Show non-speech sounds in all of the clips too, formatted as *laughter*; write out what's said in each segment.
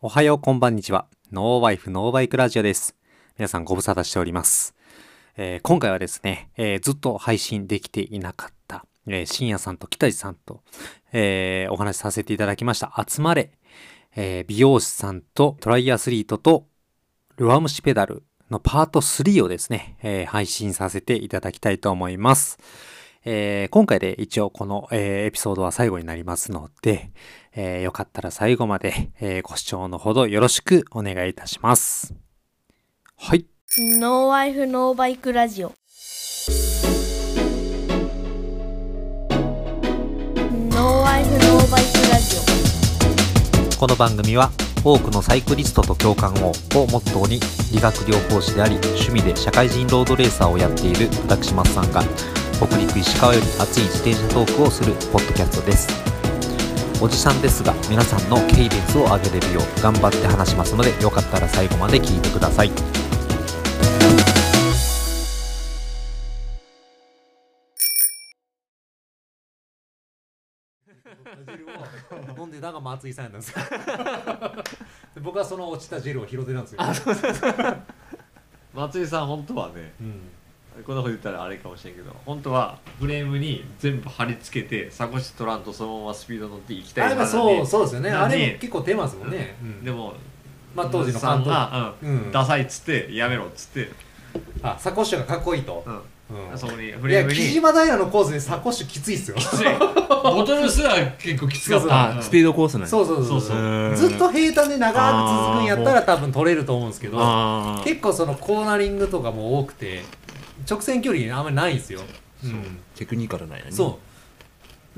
おはようこんばんにちは。ノーワイフノーバイクラジオです。皆さんご無沙汰しております。えー今回はですね、えーずっと配信できていなかった、えー、深夜さんと北地さんと、えーお話しさせていただきました。集まれ、えー美容師さんとトライアスリートとルアムシペダルのパート3をですね、えー配信させていただきたいと思います。えー今回で一応この、えーエピソードは最後になりますので、えーよかったら最後まで、えーご視聴のほどよろしくお願いいたします。はい。ノーワイフノーバイクラジオ。ノーワイフノーバイクラジこの番組は多くのサイクリストと共感ををモットーに理学療法士であり趣味で社会人ロードレーサーをやっている私松さんが北陸石川より熱い自転車トークをするポッドキャストですおじさんですが皆さんの軽蔑を上げれるよう頑張って話しますのでよかったら最後まで聞いてください汁を飲んでたのが松井さんなんですよで僕はその落ちたジェルを拾ってたんですよ、松井さん本当はねうん、こんなこと言ったらあれかもしれんけど本当はフレームに全部貼り付けてサコッシュ取らんとそのままスピード乗って行きたあいれは派なそううそうですよねなあんでれも結構手間ですもんね、うんでもまあ当時のさ監ん督が、うんうんダサいっつってやめろっつって、あサコッシュがかっこいいと、う、うんんそこにフいレーやムに木島平のコースでサコッシュきついっすよきつい *laughs* ボトルすら結構きつかっそうたそうあ、スピードコースなんやそうそうそうそうそううずっと平坦で長く続くんやったらあ多分取れると思うんですけどあー結構そのコーナリングとかも多くて直線距離あんまりないんですよ、うん、テクニカルなんやねそう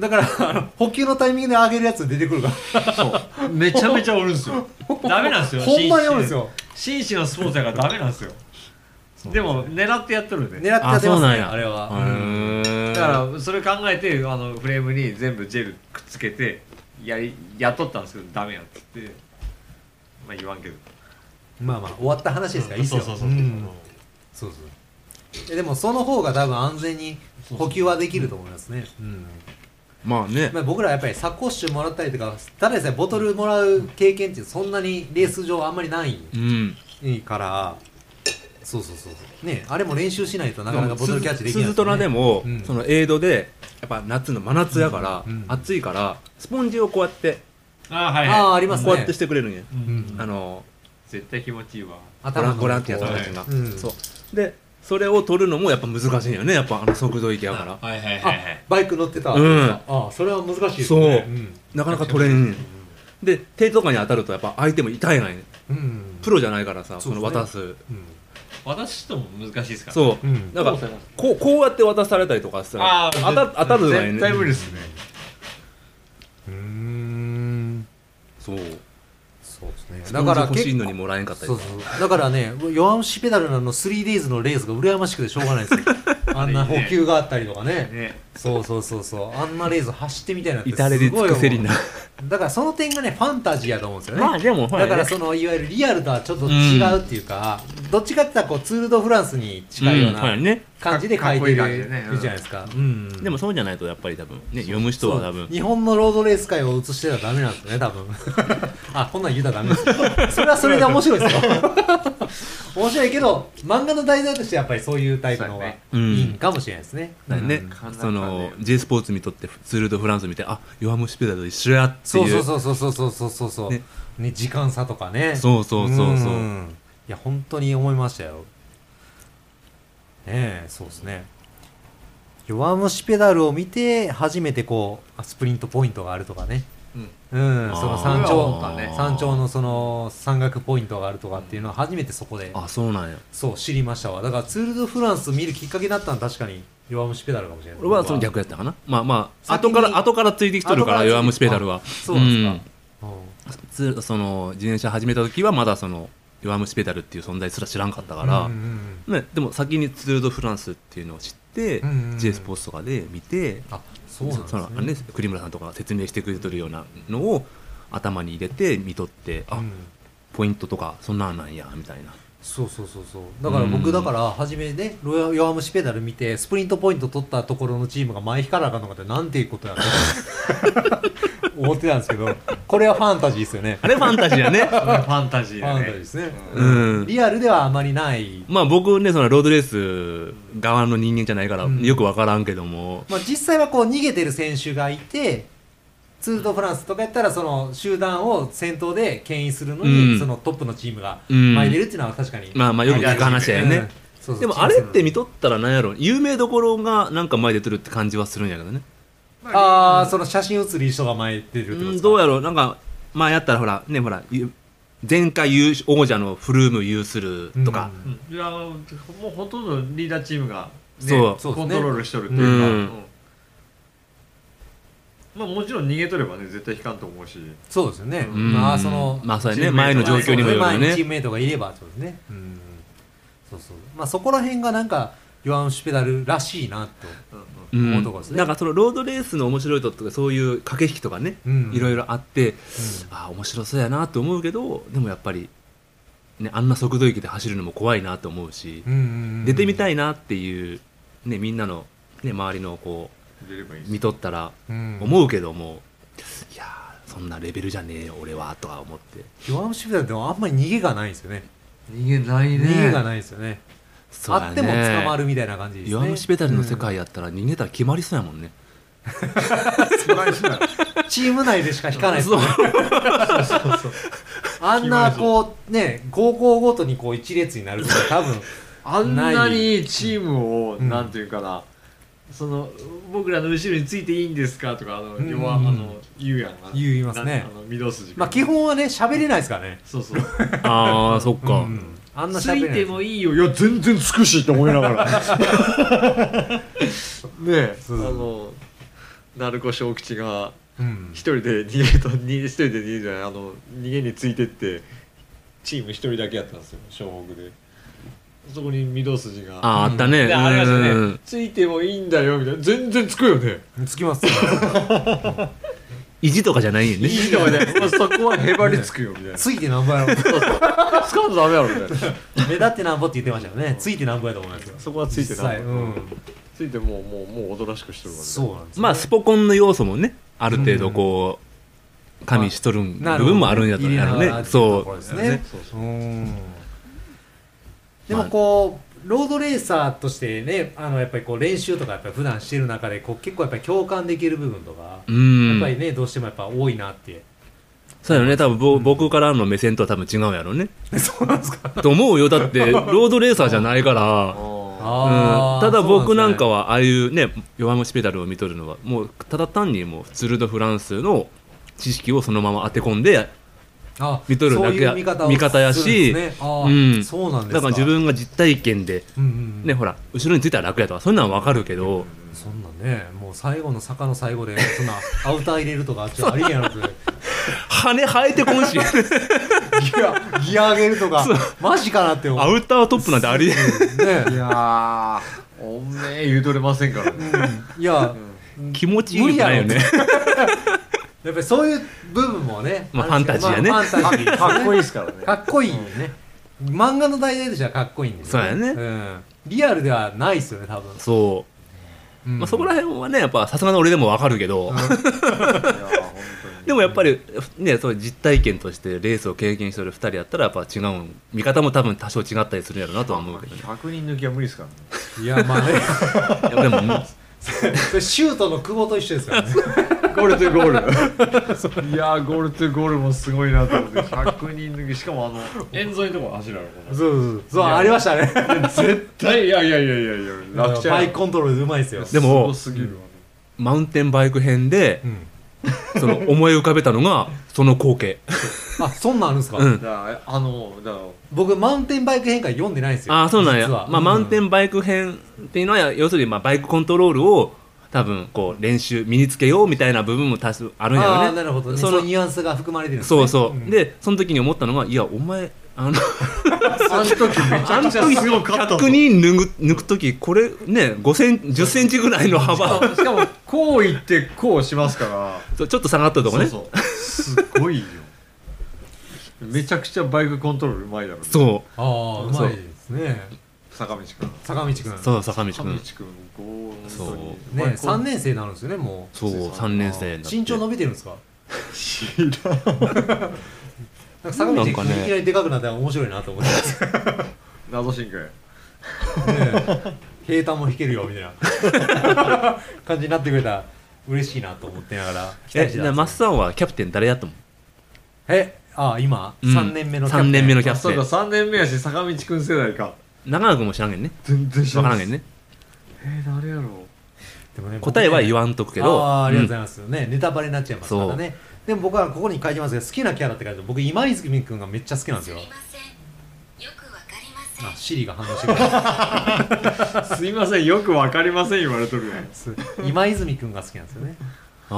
だからあの補給のタイミングで上げるやつ出てくるかそうめちゃめちゃおるんです *laughs* よダメなんですらよほんまにおるんですよ紳士のスポーツやからダメなんですよでも狙ってやっとる狙ねってやってまあそすうねなんやあれは、うんへえだからそれ考えてあのフレームに全部ジェルくっつけてやりやっとったんですけどダメやっつってまあ言わんけどまあまあ終わった話ですからいいっすよそうそうそう、んそうそうえでもその方が多分安全に補給はできると思いますねうんまあねまあ、僕らやっぱりサコッシュもらったりとかただでさえボトルもらう経験ってそんなにレース上あんまりないうんからそうそうそうそうねあれも練習しないとなかなかボトルキャッチできないす鈴よね虎でも、うんそのエイドでやっぱ夏の真夏やから、うんうん暑いからスポンジをこうやってああはああありますねこうやってしてくれるんや、んあの絶対気持ちいいわボラ頭ンボランティアさんたちが、はいうんそうでそれを取るのもやっぱ難しいんよねやっぱあの速度域やからはいはいあバイク乗ってた、うんあそれは難しいですねそうんなかなか取れんねんで手とかに当たるとやっぱ相手も痛いないねうんプロじゃないからさそそうですのね渡す私とも難しいですからそう、うんなんかこうこうやって渡されたりとかしたらあ当た当たるのがいい絶対無ね理ですねうんそうそうですねスポだンジから欲しい結のにもらえんかったりそとうかそうだからね弱虫ペダルのあの 3days のレースが羨ましくてしょうがないですよあんな補給があったりとかねねそうそうそうそうあんなレース走ってみたいなって至れり尽くせりなすごい思うだからその点がねファンタジーやと思うんですよね、まあでもほだらねからそのいわゆるリアルとはちょっと違うっていうか、どっちかって言ったらこうツール・ド・フランスに近いよううんほらなね感じで書いてるじかゃっこいい感じでねうんないですか、うん、でもそうじゃないとやっぱり多分ね読む人は多分日本のロードレース界を映してたらダメなんですね多分 *laughs* あこんなん言うたらダメですよそれはそれで面白い *laughs* ですよ面白いけど漫画の題材としてやっぱりそういうタイプの方がいうんいんかもしれないですね,、ねうんかなかねその J スポーツ見とってツール・ド・フランス見てあ弱虫ペダルと一緒やってそういうそうそうそうそうそうそうそう、ねね時間差とかねそうそうそうそうんいや本当に思いましたよねえそうですね弱虫ペダルを見て初めてこうあスプリントポイントがあるとかねうんうんあーその山頂そうね山頂のその山岳ポイントがあるとかっていうのは初めてそこであそうなんやそう知りましたわだからツール・ド・フランス見るきっかけだったのは確かに弱虫ペダルかもしれない俺はその僕逆やったかなまあまあ先後にから後からついてきとる後かかららついて弱虫ペダルはそうなんですか、うんうんツールその自転車始めた時はまだその弱虫ペダルっていう存在すら知らんかったから、うんうんね、でも先にツール・ド・フランスっていうのを知って、うんうんうん J スポーツとかで見てあそうなんですそねのあのね栗村さんとかが説明してくれてるようなのを頭に入れて見とってあ、うんポイントとかそんなんなんやみたいなそうそうそうそうだからう僕んだから初めねロヤ弱虫ペダル見てスプリントポイント取ったところのチームが前引かなあかんのかってなんていう *laughs* ことやね思ってたんですけどこれはファンタジーですよねあれファンタジー *laughs* やね。それはファンタジーファだンねタジーですね、ううんん。リアルではあまりない、まあ僕ね、そのロードレース側の人間じゃないから、うんよくわからんけども、まあ、実際はこう逃げてる選手がいてツール・ド・フランスとかやったらその集団を先頭で牽引するのに、うんそのトップのチームがうん前に出るっていうのは確かに、まあまあよく聞く話だようんね。そうそうでもあれって見とったらなんやろ、有名どころがなんか前出てるって感じはするんやけどね。ああその写真写り人が前に出るってことうですんかどうやろうなんか前やったらほらねほらゆ前回優勝王者のフルーム有するとか、うんいやもうほとんどリーダーチームが、ね、そうそうですねコントロールしとるというか、うんうんまあ、もちろん逃げとればね絶対引かんと思うしそうですよね、うんうんまあその、まあそうやねチーム前の状況にもよるよそうです前にチーねムメイトがいればそうですねうんそうそうまあそこら辺がなんかヨアン・シュペダルらしいなとうんうんう思んうとこですねなんかそのロードレースの面白いとことかそういう駆け引きとかね、うんいろいろあって、うああ面白そうやなと思うけどでもやっぱり、ね、あんな速度域で走るのも怖いなと思うし、んうんうんうん出てみたいなっていう、ね、みんなの、ね、周りのこ出ればいいしう見とったらうん思うけども、いやーそんなレベルじゃねえよ俺はとか思ってヨアン・シュペダルでもあんまり逃げがないんですよね逃げないね逃げがないですよねそうあやってねも捕まるみたいな感じですね弱虫ペダルの世界やったら逃げたら決まりそうやもんね、素晴らしいなうん *laughs* チーム内でしか引かないですねあんなこうね高校ごとにこう一列になるって多分あんなないにチームを、うんなんていうかなその僕らの後ろについていいんですかとかあの、うん要はあの言うやんな言いますねなんあの御堂筋まあ基本はね喋れないですからねそうそうああそっか、うん *laughs* あんなつ喋れいないてもいいよいや全然つくしって思いなが *laughs* らねえあそうそうの鳴子小吉がうん一人で逃げたに一人で逃げじゃないあの逃げについてってチーム一人だけやったんですよ湘北でそこに御堂筋があああったね、でありましたうねんついてもいいんだよみたいな全然つくよねつきますよ意地とかじゃないよいねいとかねまあそこはへばりつくよみたいなつ *laughs* ついてなんぼやろ *laughs* かんとダメやろみたいな目立ってなんぼって言ってましたよねついてなんぼやと思いますよそこはついてな実際いうんついてもうもうもうおとなしくしてるからねそうなんですよまあスポコンの要素もねある程度こう加味しとるん部分もあるんやとなやるろほうど入れながらっていねうとそころうですねそうそううんでもこうロードレーサーとしてねあのやっぱりこう練習とかやっぱり普段してる中でこう結構やっぱり共感できる部分とかうやんっぱりねどうしてもやっぱ多いなってそうやろね多分ぼ僕からの目線とは多分違うやろうねそうなんですかと思うよ *laughs* だってロードレーサーじゃないからああうーん、ただ僕なんかそうはああいうね弱虫ペダルを見とるのはもうただ単にもうツール・ド・フランスの知識をそのまま当て込んであ見とるだけやそういう見方を見方やしするんですねああうんそうなんですだかから自分が実体験で、うんうんうんねほら後ろについたら楽やとかそういうのは分かるけど、そんなねもう最後の坂の最後で *laughs* そんなアウター入れるとかあっちはありえんやろって羽生えてこんしギアギア上げるとかマジかなって思 *laughs* アうウタートップなんてありえんい *laughs* ねやーおめえ言うとれませんからねいや気持ちいいことないよ無理ねややっぱりそういう部分もねまあるんですけどファンタジーやねまあファンタジー *laughs* ですねかっこいいですからねかっこいいね漫画の題材としてはかっこいいんですよそうやねんリアルではないですよね多分 *laughs* そうう、んまあ、そこら辺はねやっぱさすがの俺でも分かるけど、いやー本当にでもやっぱりねそういう実体験としてレースを経験してる2人やったらやっぱ違うん見方も多分多少違ったりするやろうなとは思うけどね100人抜きは無理ですからねいやまあ *laughs* ねいやでももうそれシュートの久保と一緒ですからねゴールとゴール *laughs* いやーゴールとゴールもすごいなと思って100人抜きしかもあの沿沿いのところ走るやろこそうそうそうそういやありましたねれ絶対いやいやいやいやいや楽ちゃバんイクコントロールうまいですよでもすごすぎるわマウンテンバイク編でうんそ *laughs* の思い浮かべたのがその光景あそんなんあるんですか、うんだからあのだから僕マウンテンバイク変化読んでないんですよああそうなんや、実はまあ、マウンテうんンバイク編っていうのは要するにまあバイクコントロールを多分こう練習身につけようみたいな部分も多数あるんやろあねあなるほどねそそののニュアンスが含まれてるんですねそうそう、んでその時に思ったのがいやお前ああのの時め *laughs* ちゃくちゃすごかった100人脱ぐ抜く時これね5セン1 0ンチぐらいの幅しかもこう言ってこうしますからそうちょっと下がったとこねそうそうすごいよめちゃくちゃバイクコントロールうまいだろうねそああうまいですね坂道くん坂道くんうそう坂道坂くん道くんこうそう本当にねバイコ3ン年生なんですよねもうそう3年生になって身長伸びてるんですか知らんなんか坂道なん君かねいきなりでかくなったら面白いなと思ってますね *laughs* 謎神経 *laughs* 平坦も弾けるよみたいな感じにな *laughs* ってくれたら嬉しいなと思ってながら期待えしてたなマんッですよサンはキャプテン誰やったもんえあ今、うん3年目のキャプテン三年目のキャプテンあそうか3年目やし坂道くん世代か長野君も知らんげんね全然知分らかならいんげんねえー、誰やろうでもね答えは言んわんとくけあどーありがとうごうざんいます、ねネタバレになっちゃいますからねでも僕はここに書いてますけど好きなキャラって書いてある僕今泉君がめっちゃ好きなんですよよくわかりませんあシリが反応してくれたすいませんよくわかりません言われとるやん今泉君が好きなんですよねあ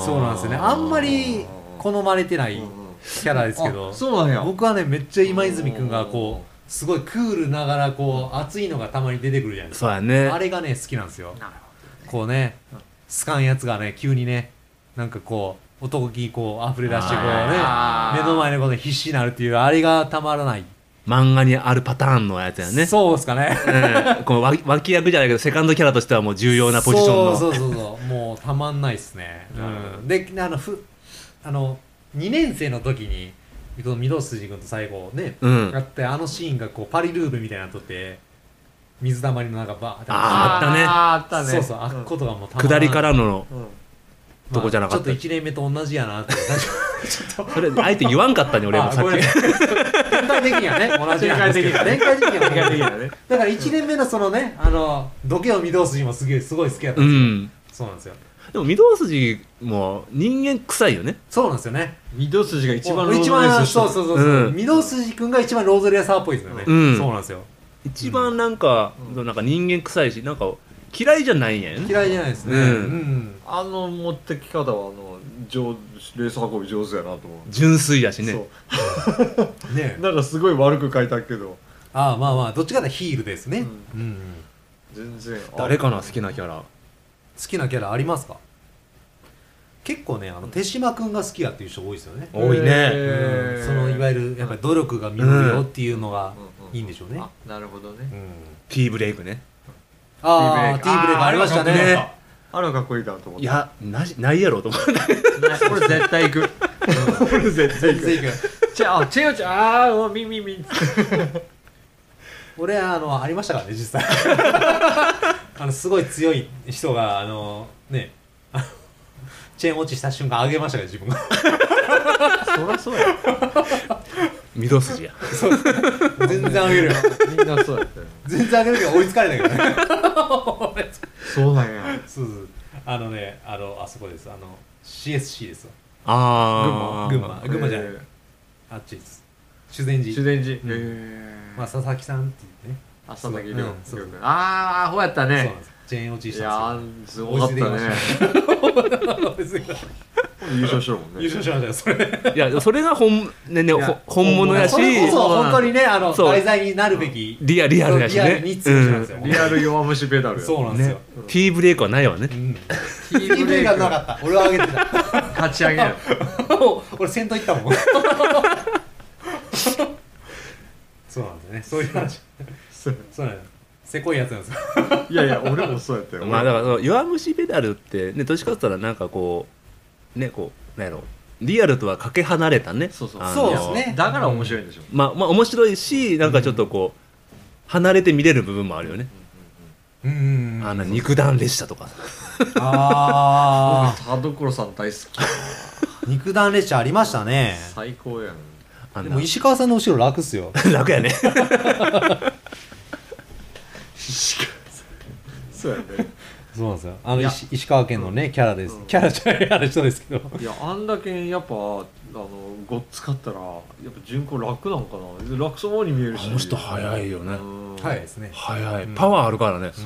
ーそうなんですよねあんまり好まれてないキャラですけどあそうなんや僕はねめっちゃ今泉君がこうすごいクールながらこう熱いのがたまに出てくるじゃないですそうやかねあれがね好きなんですよこうね好かんやつがね急にねなんかこう男気こう溢れ出してこうあねー目の前のことに必死になるっていうあれがたまらない、漫画にあるパターンのやつやねそうですかねうんこのわ脇役じゃないけどセカンドキャラとしてはもう重要なポジションのそうそうそうそうもうたまんないですね、うん、であのふあの2年生の時にこの御堂筋君と最後ね、うんやってあのシーンがこうパリルーブみたいなのとって水たまりの中バーってあーあったねあったねそうそうあっことがもうたまん下りからのうんとこじゃなかったまあちょっと1年目と同じやなって最初それあえて言わんかっ *laughs* たね俺もあさっごめんなきさい *laughs* 全体的にはね同じなんですけど全全体的には意外的だねだから1年目のそのねあの土けを御堂筋もすげえすごい好きやったうんですよ、そうんなんですよでも御堂筋も人間臭いよねそうなんですよね御堂筋が一番一ロードレース番をしてそうるそうそうそううん御堂筋くんが一番ロードレーサーっぽいですよね、うんそうなんですよ一番なんか,、なんか人間臭いしなんか嫌いじゃないんやね嫌いじゃないですねうんうんあの持ってき方はあの上レース運び上手やなと思純粋やしう、ねそねうなんかすごい悪く書いたけどああまあまあどっちかってヒールですね、うん全然誰かな好きなキャラ好きなキャラありますか結構ねあの手島くんが好きやっていう人多いですよね、多いねうんそのいわゆる、ゆるやっぱり努力が実るよっていうのがいいんでしょうね、あなるほどね、うんティーブレイクねああティーブレイクありましたねあれはかっこいいなと思っいてやなしないやろと思って *laughs* これ絶対行くこれ絶対行くチェあチェオチェあーおみみみ俺あのありましたからね実際 *laughs* あのすごい強い人があのね *laughs* あのチェーン落ちした瞬間上げましたから自分がそりゃそうや *laughs* 御堂筋や全然上げるよみんなそうやったよ全然上げるけど追いつかれないけどね俺そうなんやそうそうあのねあのあそこですあの CSC ですわああ群馬群馬じゃない、えーあっちです修善寺修善寺へうんえまあ、佐々木さんっていうね朝崎う亮んそうそう亮君ああほやっそたうなねんですチェーン落ちいしたやんーすごかったね追いついてきま *laughs* 優勝しろもんね優勝しましたよそれいやそれが本,、ねね、やほ本物や *laughs* しそれこそ本当にねあのそう題材になるべきリアリアルやしリアルねに作りましたよリアル弱虫ペダルやそうなんですよ、うんティーブレイクはないわねうん、ティーブレ PV イがクなかった俺は上げてた勝ち上げる *laughs* 俺先頭行ったもんそうなんですよねそういう話そうそうなんですせこいやつなんですよ *laughs* いやいや俺もそうやったよまあだからその弱虫ペダルってねどっちかって言ったらなんかこうねこうなんやろリアルとはかけ離れたねそうそうあのそうですねだから面白いんでしょまあまあ面白いしなんかちょっとこう離れて見れる部分もあるよね、うんうんうんあの肉弾列車とかさあ田所さん大好きー肉弾列車ありましたね最高やんあんでなも石川さんの後ろ楽っすよ *laughs* 楽やねそうやねそうなんですよあいのや石石川県のねキャラですうんキャラじゃないあの人ですけどいやあんだけやっぱあのごっつかったらやっぱ順行楽なんかな楽そうに見えるしあの人早いよねうんはいですね早いうんパワーあるからね、う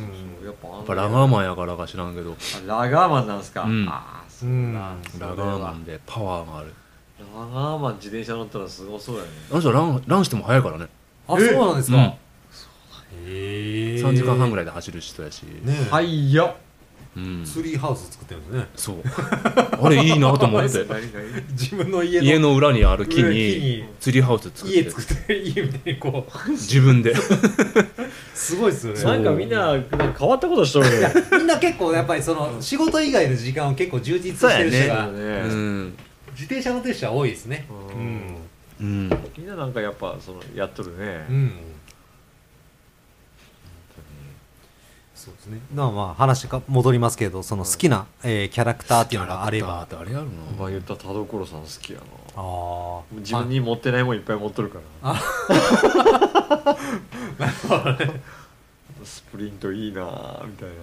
やんやっぱあんっだぱけラガーマンやからか知らんけどあラガーマンなんすか、うんああそううなんんだラガーマンでパワーがあるラガーマン自転車乗ったらすごそうやねあの人ランランしても早いからね、あそうなんですうんかへえ3時間半ぐらいで走る人やし、ねえはいようんツリーハウス作ってるんですねそうあれいいな *laughs* と思っ *laughs* て何々自分の家の家の裏にある木裏木ににツリーハウス作って家作ってる家みたいにこう自分ですごいっすよねなんかみんななんか変わったことしとるねみんな結構やっぱりその仕事以外の時間を結構充実してる人が、うねん、自転車乗ってる人は多いですねううんん、うん、みんななんかやっぱそのやっとるね、うん、そうですねまあまあ話が戻りますけどその好きな、えーキャラクターっていうのがあればああれあるまあの言ったら田所さん好きやなあー自分に持ってないもんいっぱい持っとるから *laughs* スプリントいいなみたいな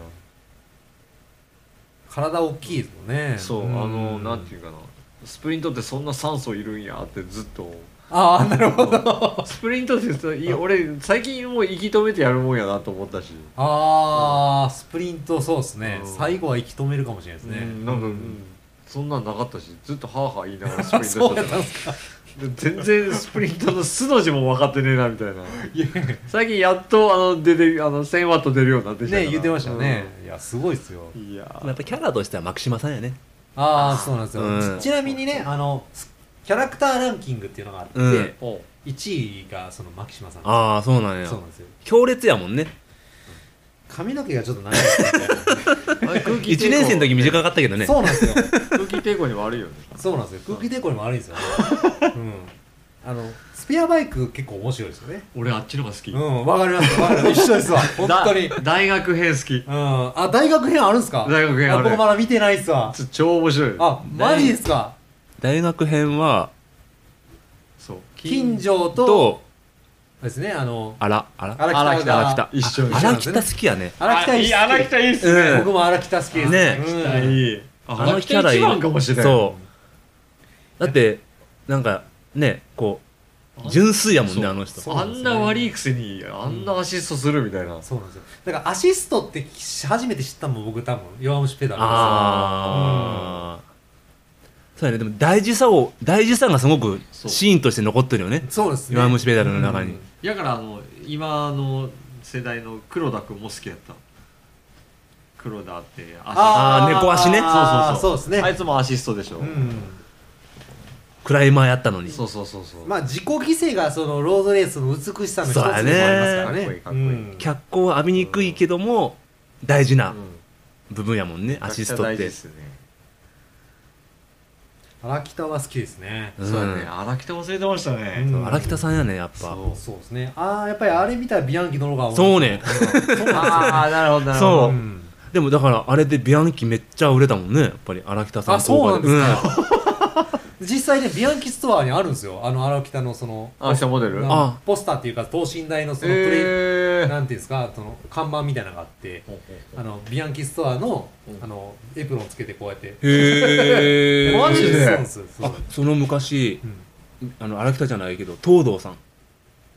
体大きいですもんねそうあんのなんていうかなスプリントってそんな酸素いるんやってずっと思うああなるほどスプリントってさい俺最近もう息止めてやるもんやなと思ったし、ああスプリントそうですねうん最後は息止めるかもしれないですねうんなんか、うんそんなんなかったしずっとハーハー言いながらスプリント *laughs* そう *laughs* しやってたたんですかで全然スプリントの「す」の字も分かってねえなみたいな *laughs* 最近やっとあの出てあの1000ワット出るようになってきたか *laughs* らね言ってましたね、いやすごいですようんいややっぱキャラとしては牧島さんやねああそうなんですよ、うんちなみにねあのキャラクターランキングっていうのがあって、うんお1位がその牧島さんなんああそうなんでやすそうなんですよ強烈やもんね髪の毛がちょっと長いですね空 *laughs* 気1年生の時短かったけどねそうなんですよ空気抵抗に悪いよねそうなんですよ空気抵抗にも悪いんですよ、うん、あのスペアバイク結構面白いですよね俺あっちのが好きうんわかりますわかります一緒ですわ本当にだ大学編好きうんあ大学編あるんですか大学編ある僕まだ見てないっすわつ超面白いあマジですか大学編はそう金城ととですねあのあらあら荒荒北北が荒北一緒にあ荒北好きやね荒北一あいい荒北いいっすうん僕も荒北好きですねうんねいいあのキャラい一る番かもしれないそうだってなんかねこう純粋やもんねそうあの人そうあんな悪いくせにあんなアシストするみたいな、そうなんですよだからアシストって初めて知ったのも僕多分弱虫ペダルですああそうやねでも大事さを大事さがすごくそうシーンとして残ってるよねそうですね弱虫ペダルの中うにんだからあの今の世代の黒田君も好きやった黒田ってアシあー猫足ねあーそうそうそうそうスでトすあねいつもアシストでしょ、うんクライマーやったのにそうそうそうそうまあ自己犠牲がそのロードレースの美しさの一つでもありますからねそうやねかっこいいかっこいいうん脚光は浴びにくいけども大事なうん部分やもんねアシストめっちゃくちゃ大事てすね荒北は好きですねうんそうだね荒北忘れてましたね、うん荒北さんやねやっぱそうそうですねああやっぱりあれ見たらビアンキの方がそうねああなるほどなるほどそううんでもだからあれでビアンキめっちゃ売れたもんねやっぱり荒北さんあそうなんですか、実際ねビアンキストアにあるんですよあの荒北のその荒北モデルなんあポスターっていうか等身大のそのプレイ、えーなんていうんですかその看板みたいなのがあってあのビアンキストアのあのエプロンつけてこうやってうんへえマジでそうそうそうあその昔うんあの荒北じゃないけど東堂さん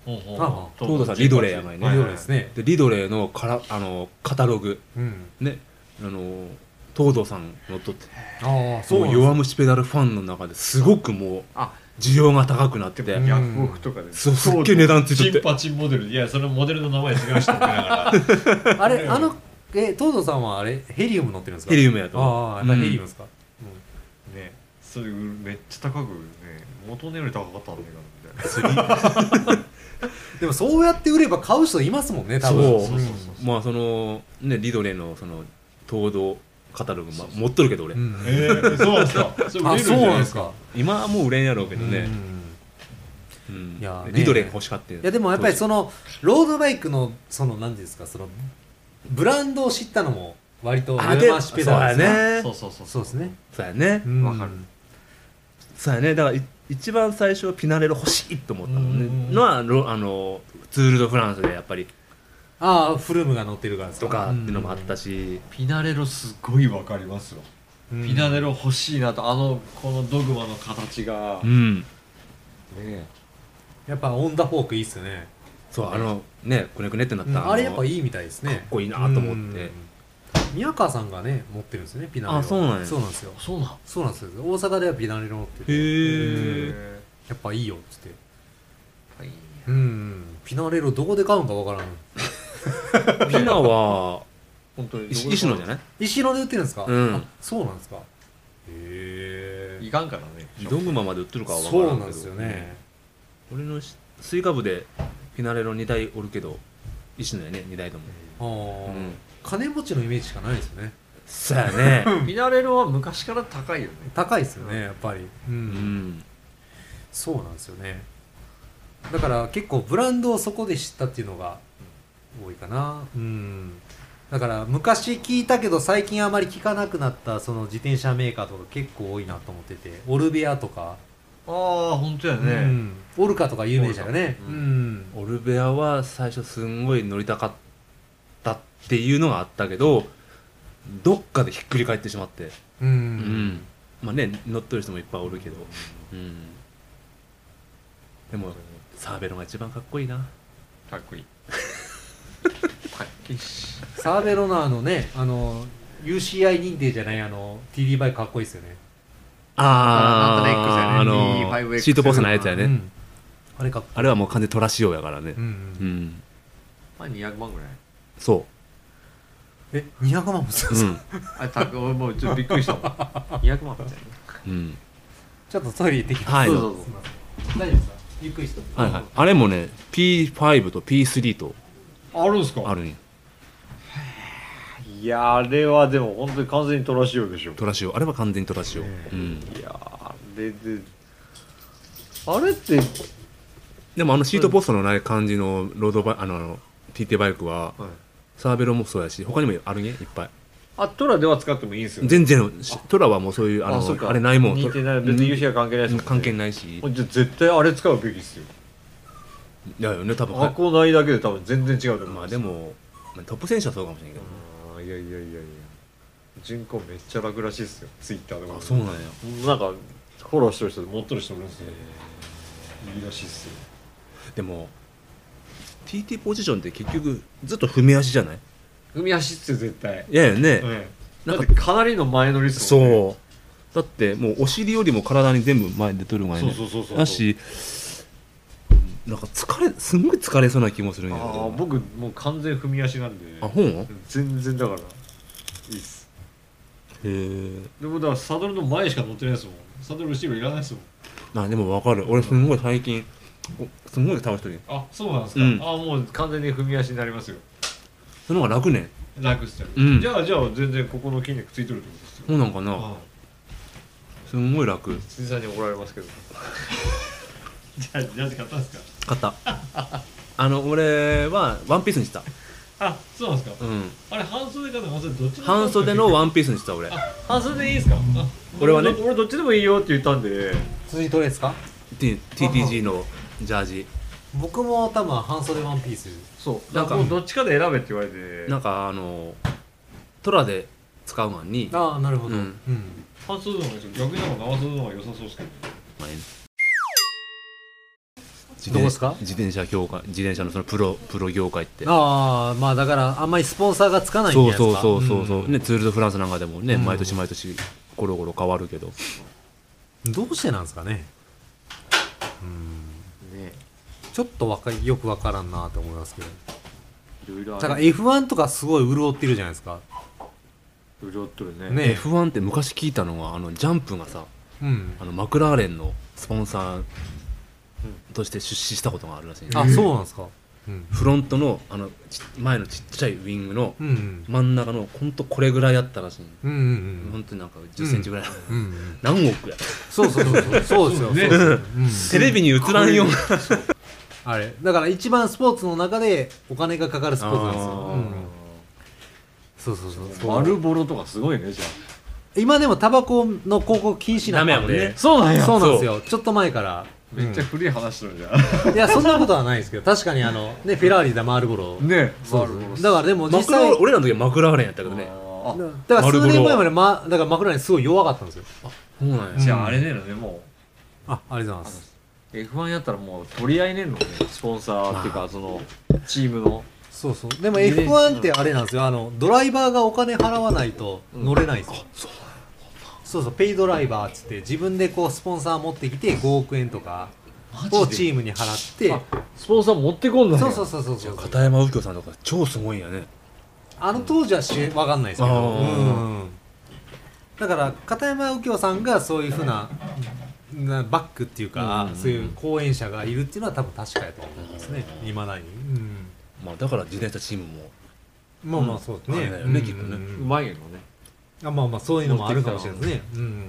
ほうほうあほう東堂さんリドレーやないね、リドレーですねでリドレーのからあのカタログうんねあの東堂さん乗っとってああそそううなんです弱虫ペダルファンの中ですごくもうあ需要が高くなってでて、もヤフオクとかでそうすっげえ値段ついとってチンパチンモデルいやそのモデルの名前違う人だからあれあのえ東堂さんはあれヘリウム乗ってるんですかヘリウウムやと思うああやっぱりヘリウムですか、 *laughs* ねそれめっちゃ高くね元値より高かったんだけどみたいなでもそうやって売れば買う人いますもんね多分そうまあそのねリドレーのその東堂カタログ、まあ、持っとるけど俺、うんえー、そうなんですかそれ売あれるそうんじゃなないんでですすかか今はもう売れんやろうけどね、うんいやーねリドレーが欲しかったよいやでもやっぱりそのロードバイクのその何ですかそのブランドを知ったのも割とあ弱虫ペダルでですねねそうそうそうそうですねそうやねうんわかるそうやねだからい一番最初はピナレロ欲しいと思ったもんねうんのはロあのツール・ド・フランスでやっぱりああフルームが乗ってるからですとかっていうのもあったし、ピナレロすごいわかりますよ、うんピナレロ欲しいなとあのこのドグマの形が、うねん、えやっぱオンダフォークいいっすよねそうあのねくねくねってなっうた、んのあれやっぱいいみたいですねかっこいいなと思ってうん宮川さんがね持ってるんですよねピナレロあそうなんやそうなんですよそうなんそうなんですよ大阪ではピナレロ持ってへてーえやっぱいいよっつっていいうんピナレロどこで買うんかわからんピナは本当に *laughs* 石石野じゃない石野で売ってるんですか、うんあそうなんですかへいかんからねドグマまで売ってるかは分からんそけうどなんですよね、俺のしスイカ部でフィナレの2台おるけど石野やね2台ともあーうん金持ちのイメージしかないですよねそ *laughs* やねミナレロは昔から高いよね高いですよねやっぱりうん、うんそうなんですよねだから結構ブランドをそこで知ったっていうのが多いかなうんだから昔聞いたけど最近あまり聞かなくなったその自転車メーカーとか結構多いなと思っててオルベアとか、ああ本当やうね、ん、オルカとか有名じゃねオルカうんオルベアは最初すんごい乗りたかったっていうのがあったけどどっかでひっくり返ってしまってうん、ううんんまあね乗ってる人もいっぱいおるけどうんでもサーベロが一番かっこいいなかっこいい *laughs* かっこいいしサーベロのあのね、あの、UCI 認定じゃない、あの、TD バイクかっこいいですよね。あーあなんとなくじゃねの 25X シートポストのやつやうねんあれかっこあれはもう完全にトラ仕様やからねいい。うんう。うんんまあ200万ぐらいそえ、200万も *laughs* するううんあれた俺もうちょっとびっくり *laughs* したもん200万みたいうんちょっとトイレ行ってきます。はいなそうそうすいません大丈夫ですかゆっくりして。はいはいあれもね P5 と P3 とそうあるんすかあるんよいやあれはでも本当に完全にトラ仕様でしょトラ仕様あれは完全にトラ仕様うんいやあれであれってでもあのシートポストのない感じのロードバイあのあの TT バイクはサーベロもそうやし他にもあるねいっぱいあトラでは使ってもいいんすよね全然しトラはもうそういうあのそっあかれないもん似てない別にうん UC は関係ないですもんね関係ないしじゃあ絶対あれ使うべきですよだよね多分箱ないだけで多分全然違うと思うまあでもトップ選手はそうかもしれんけあーいやいやいやいや人口めっちゃ楽らしいっすよツイッターとかでどあそうなんやなんかフォローしてる人で持ってる人いるんですよいいらしいっすよでも TT ポジションって結局ずっと踏み足じゃない踏み足っすよ絶対いやよね、ええなだんっかてかなりの前乗りっすもんねそうだってもうお尻よりも体に全部前に出とるがいい、ね、そうそうそうそうだしなんか疲れすんごい疲れそうな気もするんやけどああ僕もう完全踏み足なんであ本全然だからいいっすへえでもだからサドルの前しか乗ってないですもんサドル後ろいらないですもんあでも分かる俺すんごい最近おすんごい倒してるあそうなんですか、うんああもう完全に踏み足になりますよその方が楽ねん楽っすよ、うんじゃあじゃあ全然ここの筋肉ついてるってことですよ、そうなんかな、ああすんごい楽辻さんに怒られますけど *laughs* じゃあジャージ買ったんですか買ったあの俺はワンピースにしたあそうなんですかうんあれ半袖かと半袖どっちでも半袖のワンピースにした俺あ半袖でいいですかあ俺はね俺どっちでもいいよって言ったんで辻取れですか T- TTG のジャージ僕も多分半袖ワンピース。そうななんんかかもうどっちかで選べって言われてなんかあのトラで使うのにああ、なるほど。ううんん。半袖の方がいいですよ逆になんか長袖の方が良さそうですけどまあね自どこですか自転車業界自転車のそのプロプロ業界ってああ、まあだからあんまりスポンサーがつかないんじゃそなういですそうか。そうそうそう、んねツール・ド・フランスなんかでもね、うん毎年毎年ゴロゴロ変わるけどどうしてなんですかね。ねちょっとわかよくわからんなと思いますけど。いろいろだから F1 とかすごい潤ってるじゃないですか。潤っとるねね F1 って昔聞いたのがあのジャンプがさうん。あのマクラーレンのスポンサーとして出資したことがあるらしいね、あ、そうなんですか。うん。フロントのあのち前のちっちゃいウィングのうんうん。真ん中のほんとこれぐらいあったらしい、うんうんほんとになんか1 0ンチぐらい、うん。うんうん、何億やそうそうそうそうそうですよ、そうですようんテレビに映らんようなあれだから一番スポーツの中でお金がかかるスポーツなんですよ、あーうんそうそうそうそう丸ボロとかすごいねじゃ今でもタバコの広告禁止なダメやのもんで、ねそうなんそうなんですよちょっと前からあめっちゃ古い話しとるじゃんいやそんなことはないですけど確かにあのねフェラーリだマールボロねそうそうだからでもマ実クラ際俺らの時はマクラーレンやったけどねあーだから数マル年ボ前ロまで、ま、だからマクラーレンすごい弱かったんですよそうなんあやじゃああれねえのねもあありがとうございます F1 やったらもう取り合いねえのねスポンサーっていうかそのチームのそうそうでも F1 ってあれなんですよあのドライバーがお金払わないと乗れないんですよ、そうそうペイドライバーっつって自分でこうスポンサー持ってきて5億円とかをチームに払ってあスポンサー持ってこんのそうそうそうそうそう片山右京さんとか超すごいんやねあの当時はしわかんないですけど、あーうんだから片山右京さんがそういうふうななバックっていうか、うんそういう講演者がいるっていうのは多分確かやと思いますねいまだに、まあだから自転車チームもうん、まあまあそうですね,、うんうはいんねきっとねうまいけどねあまあまあそういうのもあるかもしれないですね、うん、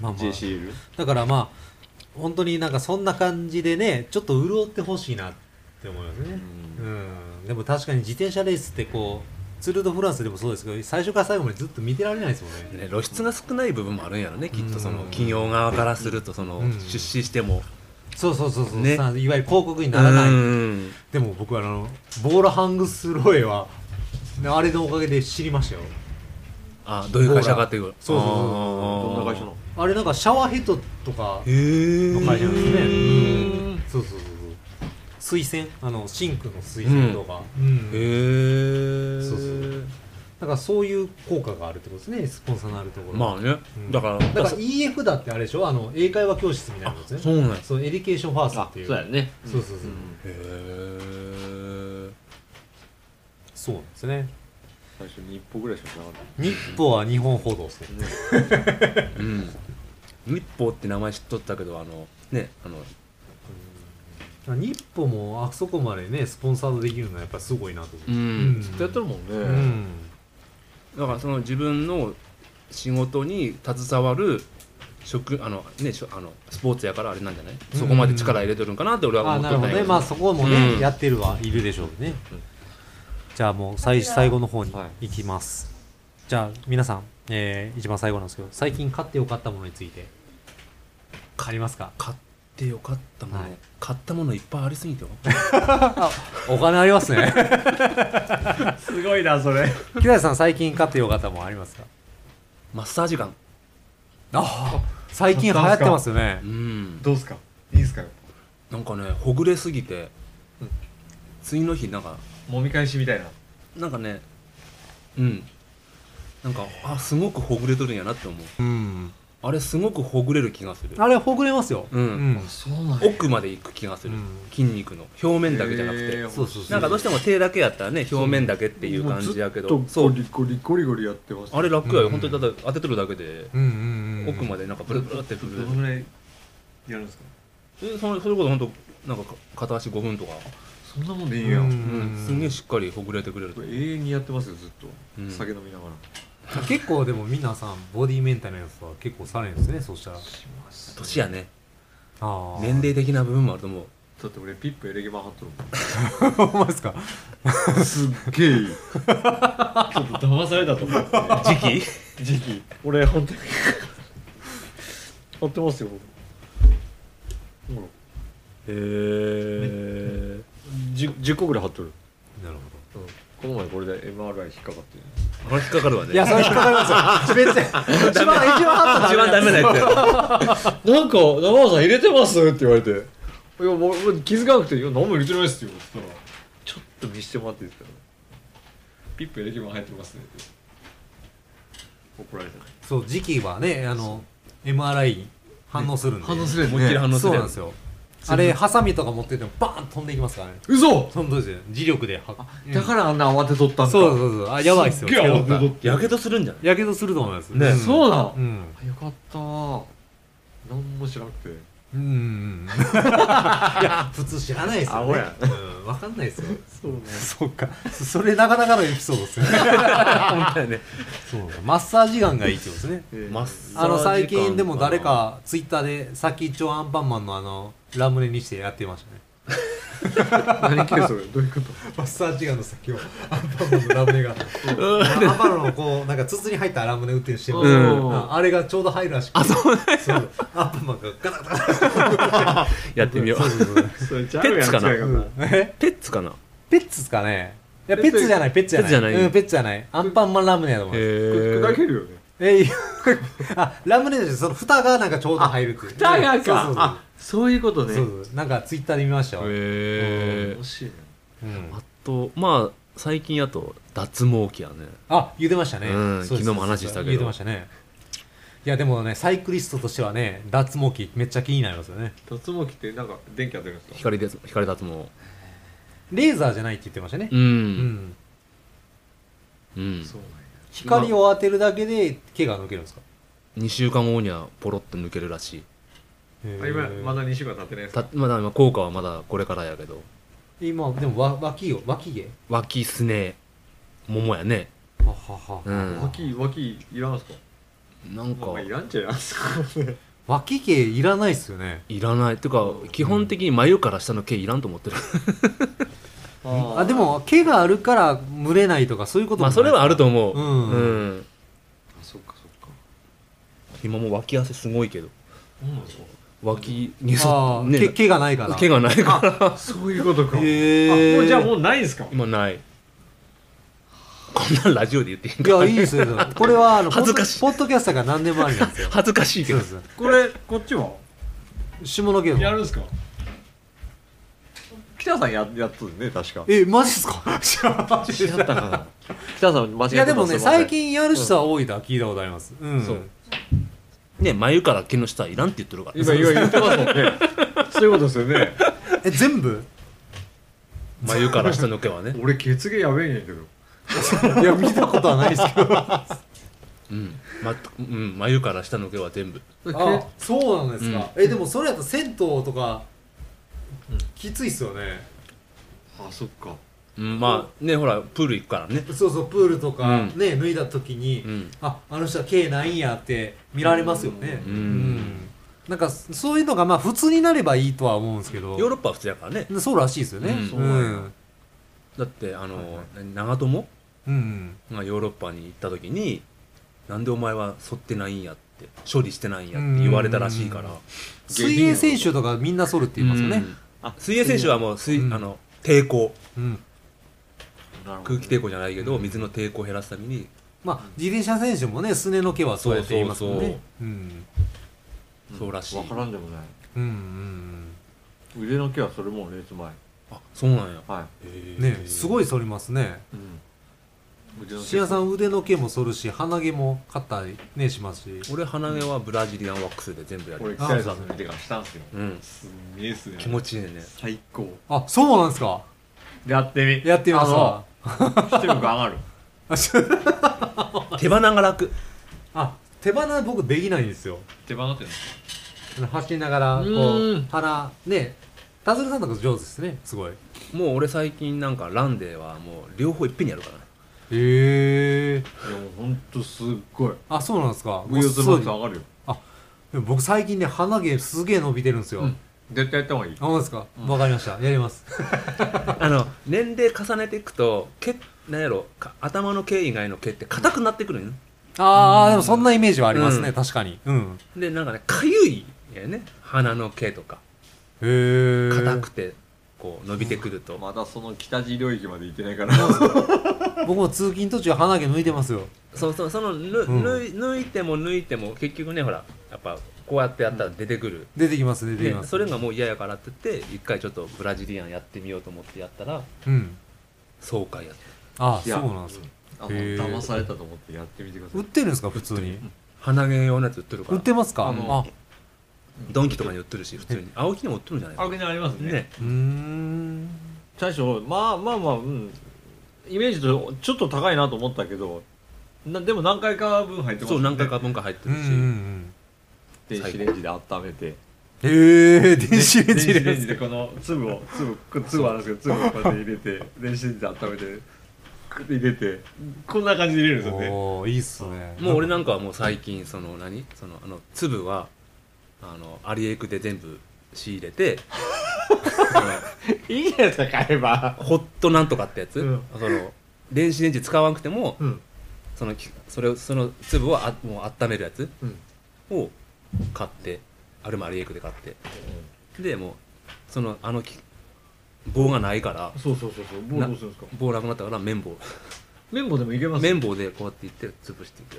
まあまあ JCL だからまあ本当になんかそんな感じでねちょっと潤ってほしいなって思いますねうん、でも確かに自転車レースってこうツール・ド・フランスでもそうですけど最初から最後までずっと見てられないですもんねね露出が少ない部分もあるんやろねきっとそのうん企業側からするとそのうん出資してもそうそうそうそう、ねさいわゆる広告にならない、うんでも僕はあのボーラハングスロエはあれのおかげで知りましたよあどういう会社かっていうそうそうそうどんな会社なのあれなんかシャワーヘッドとかへのえ会社なんですね、へうんそうそうそうそう水薦あのシンクの水薦とか、うんえそうそうだからそういう効果があるってことですねスポンサーのあるところまあねうんだからだから EF だってあれでしょあの英会話教室みたいなあことですそねうなんやへそうエディケーションファーストあっていうそうやねそうそうそう、んえそうなんですね最初に一歩ぐらいしかしなかっ日報は日本報道ですねたねうん日報って名前知っとったけどあのねあの日報もあそこまでねスポンサードできるのはやっぱすごいなと思うう、んずっとやってるもんね、うんだからその自分の仕事に携わる職あのねしょあのスポーツやからあれなんじゃない、うんそこまで力入れてるんかなって俺はあ思っなとるっほどたんやねけまどあそこはもうね、うんやってるはいるでしょうね、うんじゃあもう最最後の方にはい行きます、じゃあ皆さん、えー一番最後なんですけど最近買ってよかったものについてありますか買ってよかったもの、はい買ったものいっぱいありすぎてよ *laughs* お金ありますねすごいなそれ木田さん最近買ってよかったものありますかマッサージガンあ最近流行ってますよねうんどうすかいいっすかなんかねほぐれすぎて、うん次の日なんか揉み返しみたいななんかねうんなんかあすごくほぐれとるんやなって思ううんあれすごくほぐれる気がするあれほぐれますようんそうなん奥まで行く気がする、うん筋肉の表面だけじゃなくて、そうそうそうなんかどうしても手だけやったらね表面だけっていう感じやけどそうリゴリゴリゴリやってまあれ楽やうよ、ん本当にただ当ててるだけで、うんうんうん奥までなんかブルブルってくる、ぐらいやるんですかえそれそれこそ本当なんか片足5分とか、そんなもんでいいうんやん、うんすんげえしっかりほぐれてくれることれ永遠にやってますよずっと、うん酒飲みながら結構でも皆さんボディメンタルのやつは結構されるんですねそうしたらします年やねあ年齢的な部分もあると思うだって俺ピップエレゲマ張っとるもん齢 *laughs* ほんまですか *laughs* すっげえいいちょっと騙されたと思って時期時期俺本当に張ってますよ僕ほらへえ 10, 10個ぐらい張っとる、なるほどうん、この前これで MRI 引っかかってあれ引っかかるわねいや、それ引っかかりますよ。 *laughs* 別に、一番、一番あったら一番ダメなやつ *laughs* やなんか「生川さん入れてます?」って言われて「いやもうもう気づかなくて「いや何も入れてないっすよ」って言ったら「ちょっと見せてもらって」って言ったら「ピップエレキマン入ってますね」って怒られたそう、時期はね、あの、MRI 反応するんで。る思いっきり反応すそうなるやんでつすよ。あれ、ハサミとか持ってても、バーン飛んでいきますからね。嘘その通りですよ。磁力では。だからあんな慌てとったらんだそうそうそう。あ、やばいっすよ。すっげえや慌てとやけどするんじゃないやけどすると思います。ねんそうなんう、 *laughs* ん。よかった何も知らなくてうんうんうん。いや、普通知らないですよ、ね。あほやうん、わかんないですよ。そうねそうか。それなかなかのエピソードですね。本当やねそうかマッサージガンがいいってことですね。マッサージあの最近でも誰かツイッターで先っちょアンパンマンのあのラムネにしてやってましたね何系それどういうことマッサージガンの先をアンパンマンのラムネがアンパンマンのこうなんか筒に入ったラムネ売ってるしてる、うんああれがちょうど入るらしくあそうそうアンパンマンがガタガタやってみようそうそうそうそれちゃうやんペッツかな違いうんえペッツかなペッツですかねいやペッツじゃないペッツじゃないペッツじゃないうん、ペッツじゃないアンパンマンラムネやと思う砕けるよねえいやあラムネでその蓋がなんかちょうど入るっていうそうそうあそういうことそうねそうそうなんかツイッターで見ましたよ、へえ惜しいねうんあとまあ最近やと脱毛器やねあ言うてましたね、うんそうです昨日も話したけど言うてましたねいやでもねサイクリストとしてはね脱毛器めっちゃ気になりますよね脱毛器ってなんか電気当てるんですか光で光脱毛レーザーじゃないって言ってましたねう、うんんうんそうなんや光を当てるだけで毛が抜けるんですか2週間後にはポロッと抜けるらしいあ今へーまだ2週間経ってないですかたまだ今効果はまだこれからやけど今でもわ脇よ脇毛脇すね桃やねははは、うん脇脇いらんすかなんかまあいらんちゃいらんすか脇毛いらないっすよねいらないてか基本的に眉から下の毛いらんと思ってる *laughs* ああでも毛があるから蒸れないとかそういうこともな *laughs* まあいそれはあると思ううんうん、あそっかそっか今もう脇汗すごいけど脇にあそーね毛毛がないから毛がないからあそういうことかへあーもうじゃあもうないんすか今ないこんなんラジオで言っていいんいやかいいですよこれはあの恥ずかしいポッドポッドキャスターが何でもありなんですよ恥ずかしいけそうどですこれこっちは下の毛やのるんすか北さんややっとるね確かえマジっすか *laughs* 知らな違ったかな北さん間違えてたいやでもすねません最近やる人は多いとは聞いたことありますうんそうね眉から毛の下いらんって言ってるから今今言ってますもん *laughs* ねそういうことですよねえ全部 *laughs* *laughs* 眉から下の毛はね俺血芸やべえんやけどいや見たことはないですけどあうん、まうん、眉から下の毛は全部そうなんですか、えでもそれやと銭湯とか、きついっすよねあそっかうんまあねほらプール行くからねそうそうプールとか、うんね脱いだ時に、うんああの人は毛ないんやって見られますよねうんなんかそういうのがまあ普通になればいいとは思うんですけどヨーロッパは普通やからねそうらしいですよねうんうそんううなんんだってあの、長友うんがヨーロッパに行った時になんでお前は剃ってないんやって処理してないんやっうんて言われたらしいから水泳選手とかみんな剃るって言いますよねうん水泳選手はもう水、うんあの抵抗うんなるほど空気抵抗じゃないけど、水の抵抗を減らすためにまあ自転車選手もねすねの毛はそうやって言いますもんそうそうねうんそうらしいわからんでもないうんうん腕の毛はそれもレース前あそうなんやはうんねすごいい剃りますねいうん腕のシアさん腕の毛も剃るし鼻毛もカッターねしますし俺鼻毛はブラジリアンワックスで全部やこれる、北谷さんの見てからしたんすようん、すんげえっすね気持ちいいね最高あそうなんですかやってみやってみますわあの出力上がるあちょ手羽が楽あ手放僕できないんですよ手放ってんの走りながらこううん鼻ねタズルさんとか上手ですねすごいへもう俺最近なんかランデーはもう両方いっぺんにやるからねえいやもうほんとすっごいあそうなんですかウィルズごマっックスそ上がるよりでも僕最近ね鼻毛すげえ伸びてるんですよ、うん絶対やった方がいいあそうですかわ、かりましたやりますあの年齢重ねていくと毛なんやろか頭の毛以外の毛って硬くなってくるんよねああでもそんなイメージはありますね、うん確かにうんでなんかねかゆいんやね鼻の毛とかへえ硬くてこう伸びてくると、まだその北地領域まで行ってないから僕も通勤途中鼻毛抜いてますよそうそうそのぬ、んぬい抜いても抜いても結局ねほらやっぱこうやってやったら出てくる、出てきます出てきでますそれがもう嫌やからって言って一回ちょっとブラジリアンやってみようと思ってやったらうん爽快やったああいやそうなんですかあのへー騙されたと思ってやってみてくださ売っいてるんですか普通に鼻毛用のやつ売ってるか売らってますかああのあドンキとかに売ってるし普通に青木にも売ってるんじゃないかあれにありますねねうーん大将まあまあまあうんイメージとちょっと高いなと思ったけどなでも何回か分入ってますそう何回かか分か入ってうんうんるうし、ん電子レンジで温めてへえ電子レンジ電で子レンジでこの粒を粒こ粒あるんですけど粒をこうやって入れて電子レンジで温めてクッて入れてこんな感じで入れるんですよねおおいいっすねもう俺なんかはもう最近その何そのあの粒はあのアリエイクで全部仕入れてあいいじゃないですか買えばのホットなんとかってやつ、うんその電子レンジ使わなくても、うんそのきそれをその粒をあもう温めるやつうんを買ってあれもアリエイクで買ってでもうそのあのき棒がないからそうそうそうそう棒などうするんですか棒なくなったから綿棒綿棒でもいけます綿棒でこうやっていって潰していへく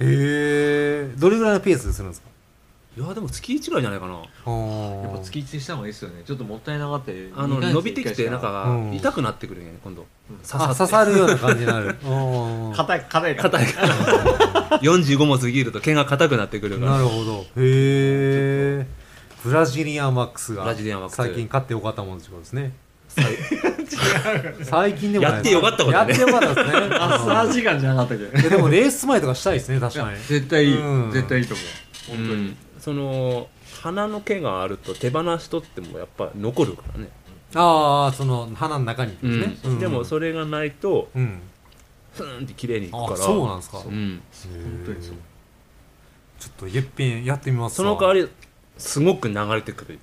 えどれぐらいのペースでするんですかいやでも月1ぐらいじゃないかなややっぱ月一にした方がいいですよねちょっともったいながってあの二ヶ月伸びてきてなんうかん痛くなってくるんやね今度うん刺あさ刺っさてるような感じになるおー硬い硬い硬いから45も過ぎると毛が硬くなってくるかならるほどへえブラジリアンワックスがブラジリアンワックス最近買ってよかったもんってことですね最近でもないやってよかったことねやってよかったですねマッサージガンじゃなかったっけうんいやでもレース前とかしたいですね確かに絶対いい、うん絶対いいと思う本当に、その鼻の毛があると手放しとってもやっぱ残るからねああその花の中にですね、うんでもそれがないとうんスーンって綺麗にいくかあらそうなんですかうん本本当にそうちょっといっぺんやってみますそわの代わりすごく流れてくる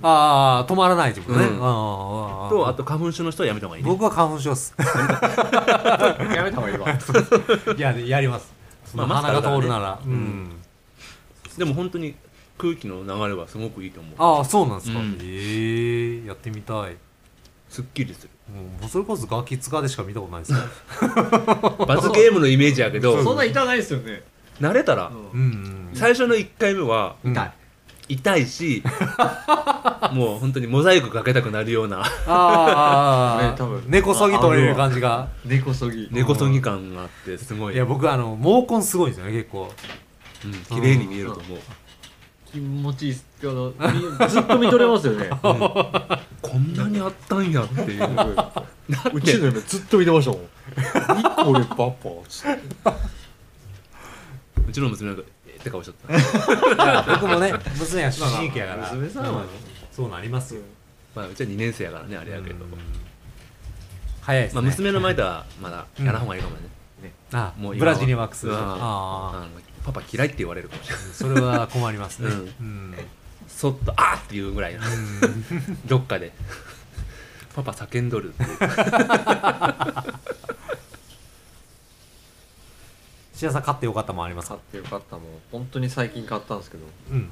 ああ止まらないってことね、うあーんあーあーとあと花粉症の人はやめた方がいいね僕は花粉症っ *laughs* すやめた方がいいわいややりますそのまあ鼻がマスターだからね通るなら、うんうんでも本当に空気の流れはすごくいいと思うああそうなんですか、うんええやってみたいすっきりするもうそれこそガキ使でしか見たことないですね罰ゲームのイメージやけどそんな痛ないですよね、慣れたらうん、うん、最初の1回目は痛い痛 *laughs* いしもう本当にモザイクかけたくなるようなあーね多分根こそぎ取れる感じが根こそぎ根こそぎ感があってすごいいや僕あの毛根すごいんですよね結構うん綺麗に見えると思う気持ちいいっすあのみずっと見とれますよねこんなにあったんやっていう *laughs* うちの嫁ずっと見てましたもん一個俺パパうちの娘がえーって顔しちゃった僕もね *laughs* 娘は思春期やから、娘さんはねそうなりますよまあうちは2年生やからねあれやけどうん早いですまね、あ娘の前ではまだやらんほうがいいかもねあもうブ今はラジリアンワックスうんああのパパ嫌いって言われるかもしれなあいそれは困りますねうんうんそっとあーっていうぐらいなどっかでパパ叫んどるって土屋さん買ってよかったもんあります買かってよかったもん本当に最近買ったんですけどうん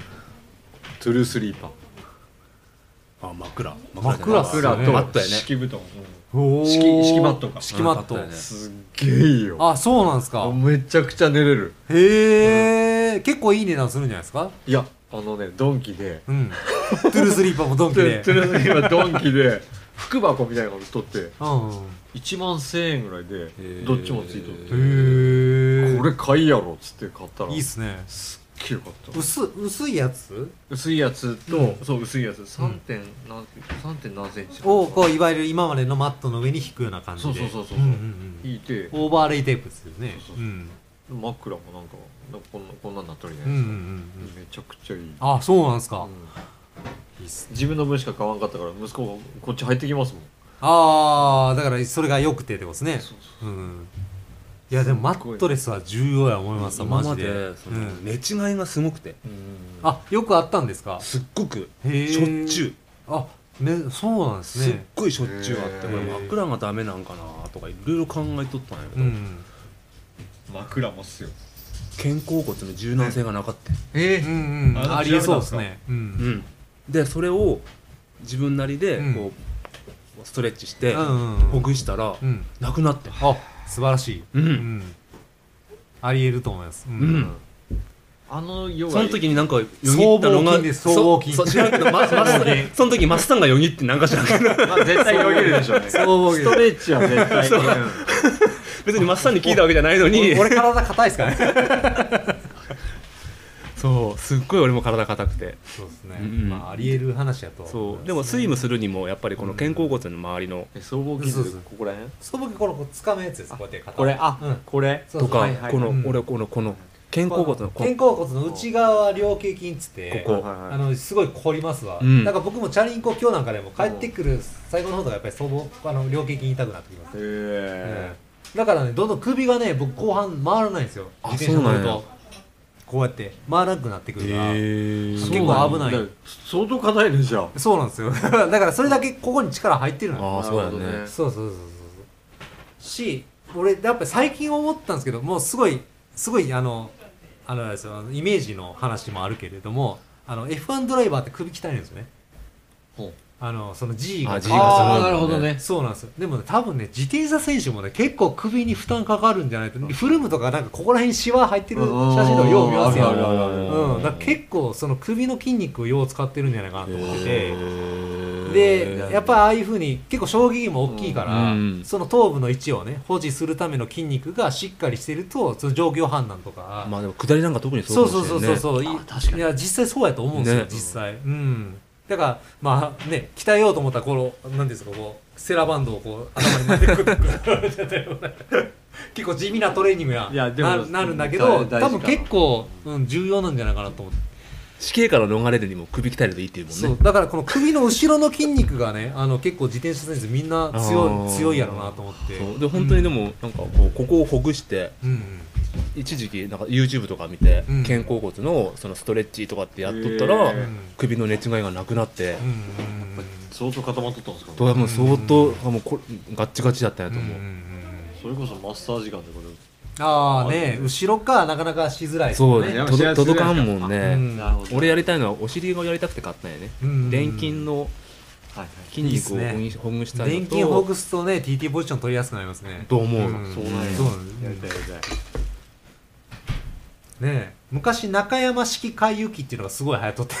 トゥルースリーパーあ枕枕っすよねマットやね敷布団、おー敷敷マットか敷マットうんあったよねすっげえいいよあそうなんですかめちゃくちゃ寝れるへえ結構いい値段するんじゃないですかいやあのねドンキでうんトゥルースリーパーもドンキトでゥトゥルースリーパードンキで *laughs* 福箱みたいなの取ってう1万1000円ぐらいでーどっちもついとってんへえこれ買いやろっつって買ったらいいっすねすっげえよかった薄薄いやつ薄いやつと、うそう薄いやつ 3. 点何三点何センチをこういわゆる今までのマットの上に引くような感じでそうそうそうそううんうんうん引いてオーバーレイテープですよねそうそううそうん枕もなんかなんかこんなこんなんなっとるじゃうんうなんいですうんか、めちゃくちゃいい、あそうなんですうかんいいっすね自分の分しか買わんかったから息子がこっち入ってきますもんああだからそれが良くてってことですそうねうんいやでもマットレスは重要や思いますわマ今まジででそうのん寝違いがすごくてああよくあったんですかすっごくへえしょっちゅうあねそうなんですすっねごいしょっちゅうあってへー俺枕がダメなんかなとかいろいろ考えとったんやけうどん枕もっすよ肩甲骨の柔軟性がなかったえうーんうんあありえそうですねううんんでそれを自分なりでうんこうストレッチしてうんうんほぐしたらうんなくなってあ素晴らしいうんんありえると思いますううんあのヨガその時になんかよぎったの僧帽が筋です僧帽筋そそ知らんけどままその時マスさんがよぎってなんか知らんけどまあ絶対よぎるでしょうねス *laughs* そう思うけどトレッチは絶対にうん別にマスさんに聞いたわけじゃないのに俺俺体硬いです *laughs* からねそうすっごい俺も体硬くてそうですねうんまあありえる話やとそうでもスイムするにもやっぱりこの肩甲骨の周りのえ僧帽そう筋そうここら辺そう僕これこう掴むやつですこうやって肩をこれあ、うんこれそうとかはいはいこのうん俺このこの肩甲骨のこ肩甲骨の内側は両頸筋っつってここはいはいあのすごい凝りますわ、うんなんか僕もチャリンコ今日なんかでも帰ってくる最後の方とかやっぱり僧帽あの両頸筋痛くなってきます、へえええだからねどんどん首がね僕後半回らないんですよあ自転車乗るそうなんとやこうやって回らなくなってくるから、へ結ー構危ないだから相当硬いねじゃあそうなんですよ *laughs* だからそれだけここに力入ってるのあーそうやねなるほどそうそうそうそうそうし俺やっぱ最近思ったんですけどもうすごいすごいあのあのあれですよあのイメージの話もあるけれどもあの F1 ドライバーって首鍛えるんですよねほうあのその G があ G があああーななるるほほどどねねそうなんですよでもね多分ね自転車選手もね結構首に負担かかるんじゃないとフルームとかなんかここら辺シワ入ってる写真とかよう見ますあるあよ、るあうるん、だから結構その首の筋肉をよう使ってるんじゃないかなと思っててへでーやっぱりああいうふうに結構衝撃も大きいから、うんその頭部の位置をね保持するための筋肉がしっかりしてるとその状況判断とか、まあでも下りなんか特にそそううそうかそもうそしれうんねそういいや実際そうやと思うんですよ、ね実際うんだからまあね鍛えようと思ったらこの何ですかこうセラバンドをこう頭に巻いてくる *laughs* 結構地味なトレーニングやいやでもななるんだけそどれ大事か多な分結構、うん、重要なんじゃないかなと思って。死刑から逃れるにも首鍛えるといいっていうもんねそうだからこの首の後ろの筋肉がねあの結構自転車選手みんなあ強ーい強いやろうなと思ってそうで本当にでも、なんかこうここをほぐしてうん、うん一時期なんか YouTube とか見て、うん肩甲骨のそのストレッチとかってやっとったら、へー首の寝違いがなくなって、うん相当固まっとったんですかねともう相当、もうこれガッチガチだったんやうんうんと思う、それこそマッサージガンでこれああね後ろかなかなかしづらいですそうねねとど届かんもんね、うんなるほど俺やりたいのはお尻をやりたくて買ったんやね、うん臀筋のはい筋肉をほぐいいっしほぐしたい電の筋ほとぐすとね TT ポジション取りやすくなりますねと思う、うんそうなんやそうなんやでりすたいやりたいね昔中山式回遊記っていうのがすごい流行っとってへ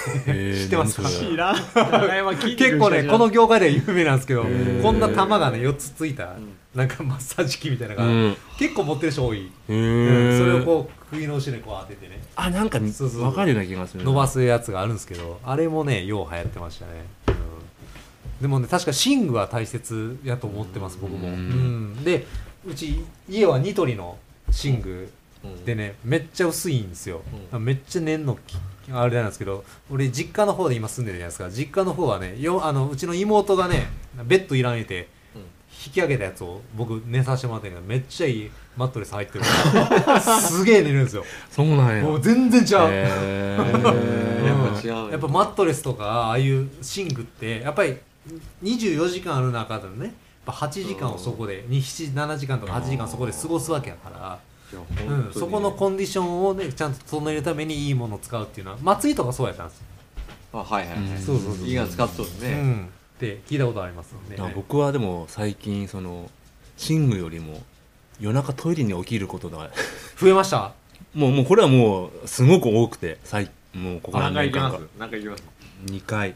ー *laughs* 知ってますか何それいらん中山筋肉 *laughs* 結構ねこの業界では有名なんですけどーこんな玉がね4つついたんなんかマッサージ機みたいなのうが、ん結構持ってる人多い、うへんーそれをこう首の後ろにこう当ててねあなんかそうそう分かるような気がする伸ばすやつがあるんですけどあれもねよう流行ってましたね、うんでもね確か寝具は大切やと思ってます僕も、うんうんでうち家はニトリの寝具うんでねめっちゃ薄いんですよ、めっちゃ寝んのきあれなんですけど俺実家の方で今住んでるじゃないですか実家の方はねよあのうちの妹がねベッドいらんえてうん引き上げたやつを僕寝させてもらってんけどめっちゃいいマットレス入ってる *laughs* からすげえ寝るんですよそうなんやもう全然ちゃう、へうんーやっぱ違う *laughs* よやっぱマットレスとかああいう寝具ってやっぱり24時間ある中でねやっぱ8時間をそこで7時間とか8時間そこで過ごすわけやから、いやう本ん、当そにこのコンディションをねちゃんと整えるためにいいものを使うっていうのは松井とかそうやったんですよ、あはいはいはいそうそうそういいが使っとるうねん、って聞いたことありますもんねだから僕はでも最近その寝具よりも夜中トイレに起きることが *laughs* 増えましたもうもうこれはもうすごく多くて最もうここ何何回行年きま間すか何回行きます2回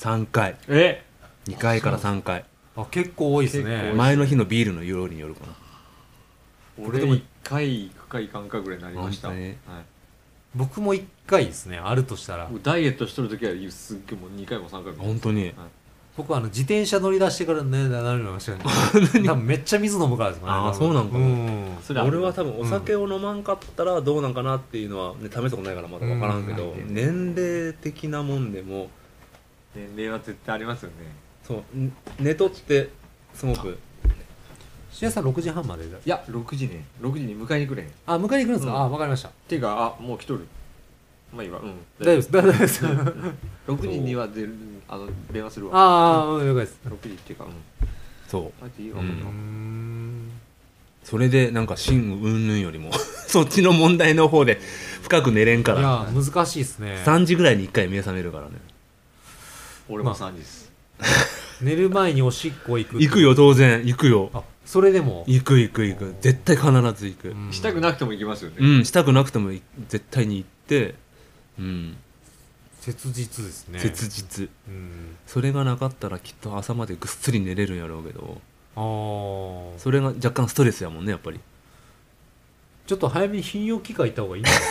3回え2回から3回あ結構多いです結構多ねい前の日のビールの容量によるかな俺でも1回行くか行かんかぐらいになりました本は当にい僕も1回ですねあるとしたらもうダイエットしとる時はすっげえもう2回も3回も本当に僕はあの自転車乗り出してからねなるようになりましたね多分めっちゃ水飲むからですもんねあー多分そうなんかなうんそれある多分お酒を飲まんかったらどうなんかなっていうのは、ね、試したことないからまだわからんけど年齢的なもんでも年齢は絶対ありますよねそう寝とってすごくしやさん6時半までだいや6時ね6時に迎えに来れへんあ迎えに来るんですか、うんあわかりましたていうかあもう来とるまあいいわうん大丈夫です大丈夫です6時には出るあの電話するわああうん了解です6時っていうかうんそうあえていいわうんうーんそれでなんか寝具うんぬんよりも *laughs* そっちの問題の方で深く寝れんかいらや難しいですね3時ぐらいに1回目覚めるからね俺も3時です寝る前におしっこ行く行くよ当然行くよあそれでも行く行く行く絶対必ず行くうんしたくなくても行きますようねんしたくなくてもい絶対に行ってうん切実ですね切実うんそれがなかったらきっと朝までぐっすり寝れるんやろうけどあーそれが若干ストレスやもんねやっぱりちょっと早めに頻尿器科行った方がいいんじゃない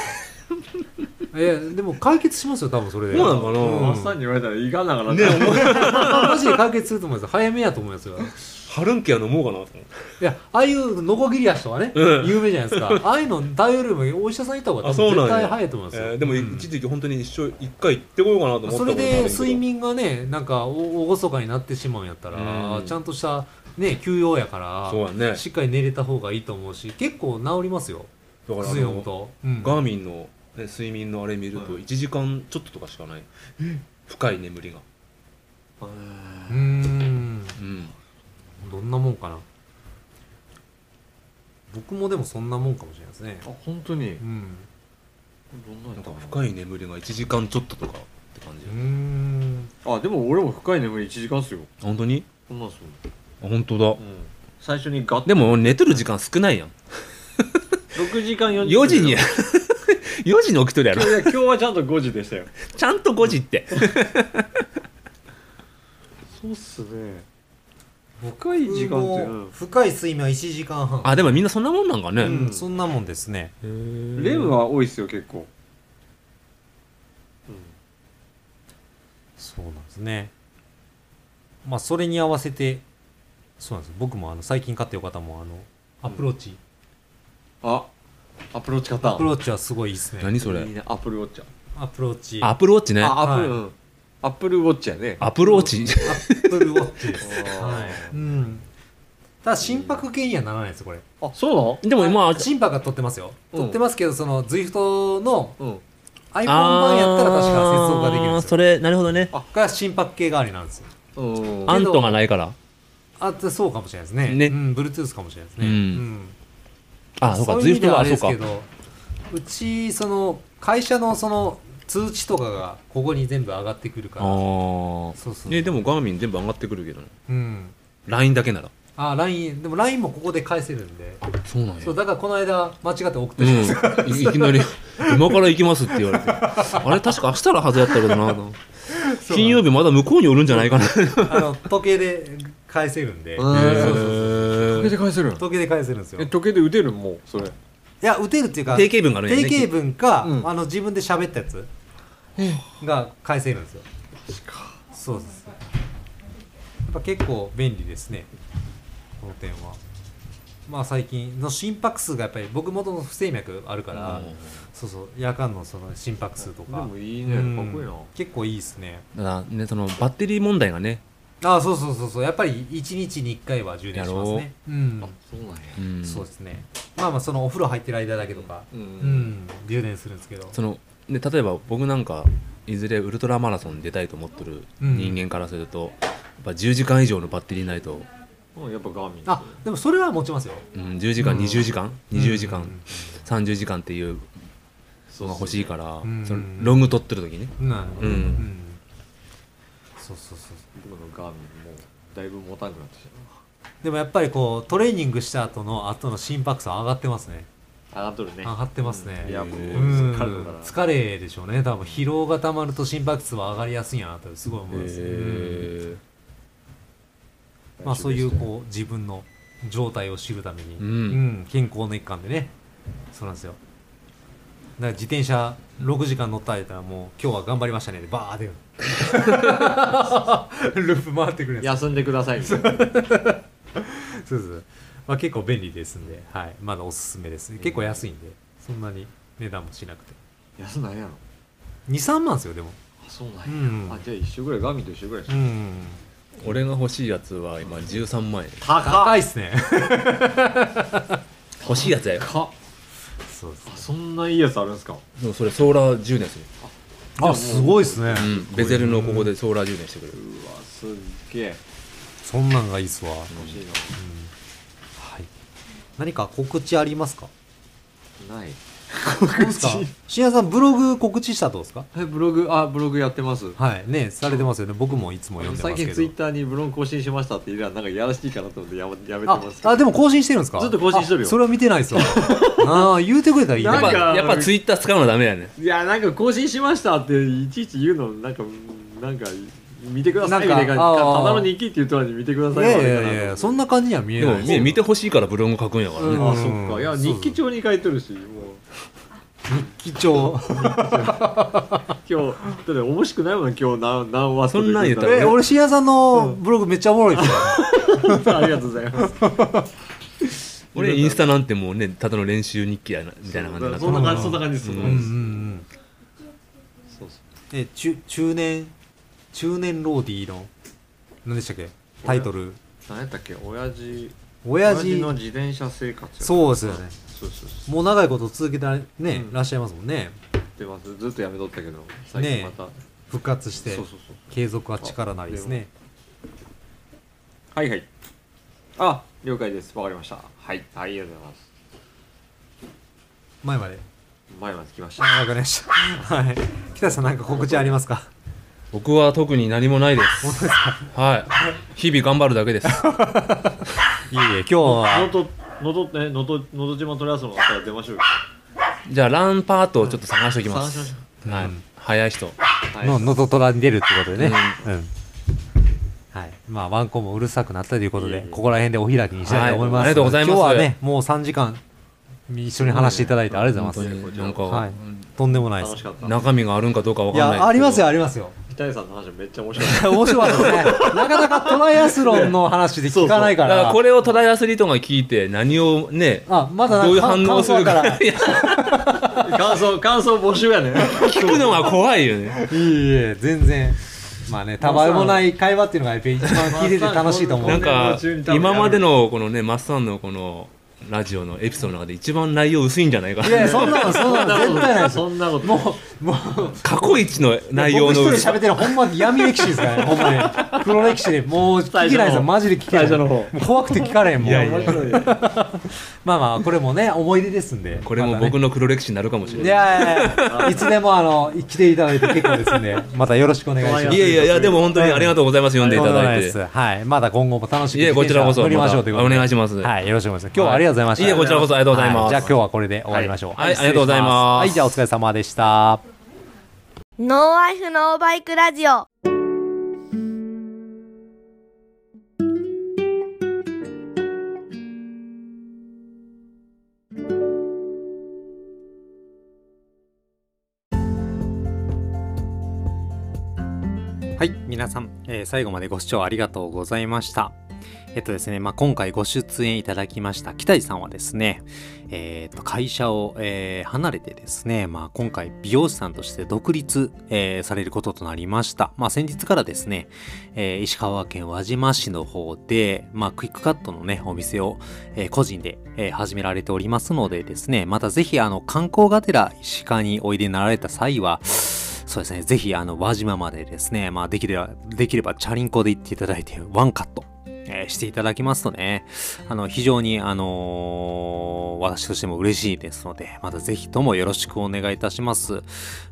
い *laughs* やでも解決しますよ多分それでそうなのかなうんマッサージ言われたら行かなあかな *laughs* ねってまあマジで解決すると思います早めやと思いますよ春んけや飲もうかなと思っていやああいうノコギリ足とかね、うん有名じゃないですかああいうの頼るよりもお医者さん行った方が多あそう分なんや絶対早いと思いますよ、えーでもうん一時期本当に一生一回行ってこようかなと思ったそこれともあるんやけでど睡眠がねなんかお厳かになってしまうんやったら、うんちゃんとしたね休養やからそうやねしっかり寝れた方がいいと思うし結構治りますよだからあ水飲むのと、うんガーミンの、ね、睡眠のあれ見ると1時間ちょっととかしかない、深い眠りがうーんうんどんなもんかな僕もでもそんなもんかもしれないですねあ本当にうんどんなんやなったんかかな深い眠りが1時間ちょっととかって感じうーんあでも俺も深い眠り1時間っすよ本当にこんなんっすよあ本当だうん最初にガッでも寝てる時間少ないやん6時間40 4時に4時に起きとるや今ろ日いや今日はちゃんと5時でしたよちゃんと5時ってそうっすね深い時間僕っても深い睡眠は1時間半あでもみんなそんなもんなんかね、うん、そんなもんですねうんレムは多いっすよ結構そうなんですねまあそれに合わせてそうなんです僕もあの最近買ったよ方もあのアプローチ、あアプローチ型アプローチはすごいいいですね何それいいねアップルウォッチャーアプローチアプローチねあアアップル、はうんアップルウォッチやねプローチアップルウォッチですあうんただ心拍系にはならないですこれーあそうなのでも今心拍は取ってますようん取ってますけどその ZWIFT のうん iPhone 版やったら確か接続ができるんあーですそよれなるほどねが心拍系代わりなんですようんアントがないからあってそうかもしれないですねねうん、Bluetooth かもしれないですね、うんんあそうかいう意随味で分はああれそでうすかけどうちその会社のその通知とかがここに全部上がってくるかあらーそうそうえでもガーミン全部上がってくるけどなうん LINE だけならあ LINE でも LINE もここで返せるんでそうなんやそうだからこの間間違って送ってうしんまった、、いいきなり *laughs* 「今から行きます」って言われてあれ確か明日のはずやったけどな金曜日まだ向こうにおるんじゃないかなへあの時計で返せるんで、うん時計でー返せるん時計で返せるんですよえい時計で打てるんもうそれや打てるっていうか定型文があるんやね定型文か、うんあの自分で喋ったやつが返せるんですよそうですやっぱ結構便利ですねこの点はまあ最近の心拍数がやっぱり僕元の不整脈あるから、そうそう夜間のその心拍数とでかもいいいねかっこいいな結構いいですねだからねそのバッテリー問題がね、ああそうそうそうそうやっぱり1日に1回は充電しますやねうんそうなんやうんそうですねまあまあそのお風呂入ってる間だけとかううん、ん充電するんですけどそのね例えば僕なんかいずれウルトラマラソンに出たいと思ってるうん人間からすると、やっぱ10時間以上のバッテリーないうと、んやっぱガーミンあでもそれは持ちますようん、10時間、うん20時間20時間、うん30時間っていうのが欲しいからら、うんそのロング取ってる時ねなるほど、うんそうそうそうそう僕のガーミンもうだいぶ持たなくなってきでもやっぱりこうトレーニングした後の後の心拍数上がってますねたな上がっとるね上がってますねうんいやうもう疲んれるから疲れでしょうね多分疲労がたまると心拍数は上がりやすいんやなとすごい思います、うんへまあそういうこう自分の状態を知るために、うんうん健康の一環でねそうなんですよだから自転車6時間乗ったらたらもう今日は頑張りましたねでバーで *laughs* ループ回ってくるんですよ休んでくださ *laughs* いみたいなそうそうまあ、結構便利ですんで、はい、まだおすすめです結構安いんでそんなに値段もしなくて休んないやろ23万ですよでもあそうなうんんやあじゃあ一緒ぐらいガーミンと一緒ぐらいでしょん俺が欲しいやつは今13万円高高っいっすね欲しいやつやよ高っそうですあそんないいやつあるんですかでもそれソーラー充電する、あすごいっすね、うん、ベゼルのここでソーラー充電してくれるうわすっげえそんなんがいいっすわ、欲しいはい何か告知ありますかなないどうですか信也さんブログ告知したらどうですか *laughs* えブログあブログやってますはいねされてますよね僕もいつも読んで最ますけ近どツイッターにブログ更新しましたっていればなんかやらしいかなと思ってやめやめてあますけどあでも更新してるんですかずっと更新しとるよあそれは見てないっ *laughs* すわああ言うてくれたらいいやっなんぱかやっぱツイッター使うのダメやねいやなんか更新しましたっていちいち言うのなんかうんなんか見てくださいみたいななんか感じあーただの日記って言ったのに見てくださいいやまいでかやなといやいやそんな感じには見えでないもっすみ見てほしいからブログ書くんやからね、うんあそっかいや日記帳に書いてるしもう貴重今日だって面白くないもん今日何何話そんなん言ったら *laughs* え俺信也さんのブログめっちゃおもろいですよありがとうございます俺インスタなんてもうねただの練習日記やなみたいな感じになってそるんな感じそんな感じですそんなうんうんうん感じですそうそえ中中年中年ローディーの何でしたっけタイトルう何やったっけ親父親父の自転車生活そうですよねそうそうそうもう長いこと続けてら,、ねうんらっしゃいますもんねってますずっとやめとったけど最近また、復活してそうそうそう継続は力なりですねはいはいあ了解ですわかりましたはいありがとうございます前まで前まで来ましたあわかりましたはい北さんなんか告知ありますか僕は特に何もないですはい日々頑張るだけですいいえ今日能は登能登ね能登能登島トライアスロンから出ましょうよじゃあランパートをちょっと探しておきます、探しはい、早い人はいののどとらに出るってことでねううんはいまあワンコもうるさくなったということいえでいえここら辺でお開きにしたいと思いますはいありがとうございます今日はねもう3時間一緒に話していただいてありがとうござい本ま当す。になんか、はいうんとんでもないで楽しす。かった中身があるんかどうかわいかんないですけどや、ありますよ、ありますよ。北井さんの話めっちゃ面白かった面白かったね。なかなかトライアスロンの話で聞かないかだからら。これをトライアスリートが聞いて何をねあ、まだどういう反応をするか感想いや感想感想募集 *laughs* やね聞くのが怖いよねいいえ、全然。まあね、たわいもない会話っていうのがやっぱり一番聞いてて楽しいと思う。なん今か度中に多分やる今までのこのねマッサンのこのラジオのエピソードの中で一番内容薄いんじゃないかないやいや、そんなの、そんなの、絶対ないですそよ。んなこともう、もう、過去一の内容の僕う一ち人で喋ってるほんま闇歴史ですからね、ほんまね。黒歴史で、もう聞けないですよ、マジで聞けない。最初の方もう怖くて聞かれへんもん。いやいや面白いねまあまあ、これもね、思い出ですんで。これもまたね僕の黒歴史になるかもしれいない、やいやいや、いつでもあの、来ていただいて結構ですんで、またよろしくお願いします。いやいやいやでも本当にありがとうございます読んでいただいてはい。まだ今後も楽しみいえこちらこそ乗りましょうということで。お願いしますはい。よろしくお願いします。今日はありがとうございました。いえこちらこそありがとうございますはじゃあ今日はこれで終わりましょう。はいはいありがとうございますはい。じゃあお疲れ様でした。ノーワイフノーバイクラジオはい、皆さん、えー最後までご視聴ありがとうございました。えっとですね、まあ、今回ご出演いただきました北井さんはですね、えーっと会社を、えー離れてですね、まあ、今回美容師さんとして独立、えーされることとなりました。まあ、先日からですね、えー石川県輪島市の方で、まあ、クイックカットのね、お店を、えー個人で、えー始められておりますのでですね、またぜひあの観光がてら石川においでになられた際は、そうですね、ぜひ、あの、輪島までですね、まあ、できれば、できれば、チャリンコで行っていただいて、ワンカット、えーしていただきますとね、あの、非常に、あのー私としても嬉しいですので、またぜひともよろしくお願いいたします。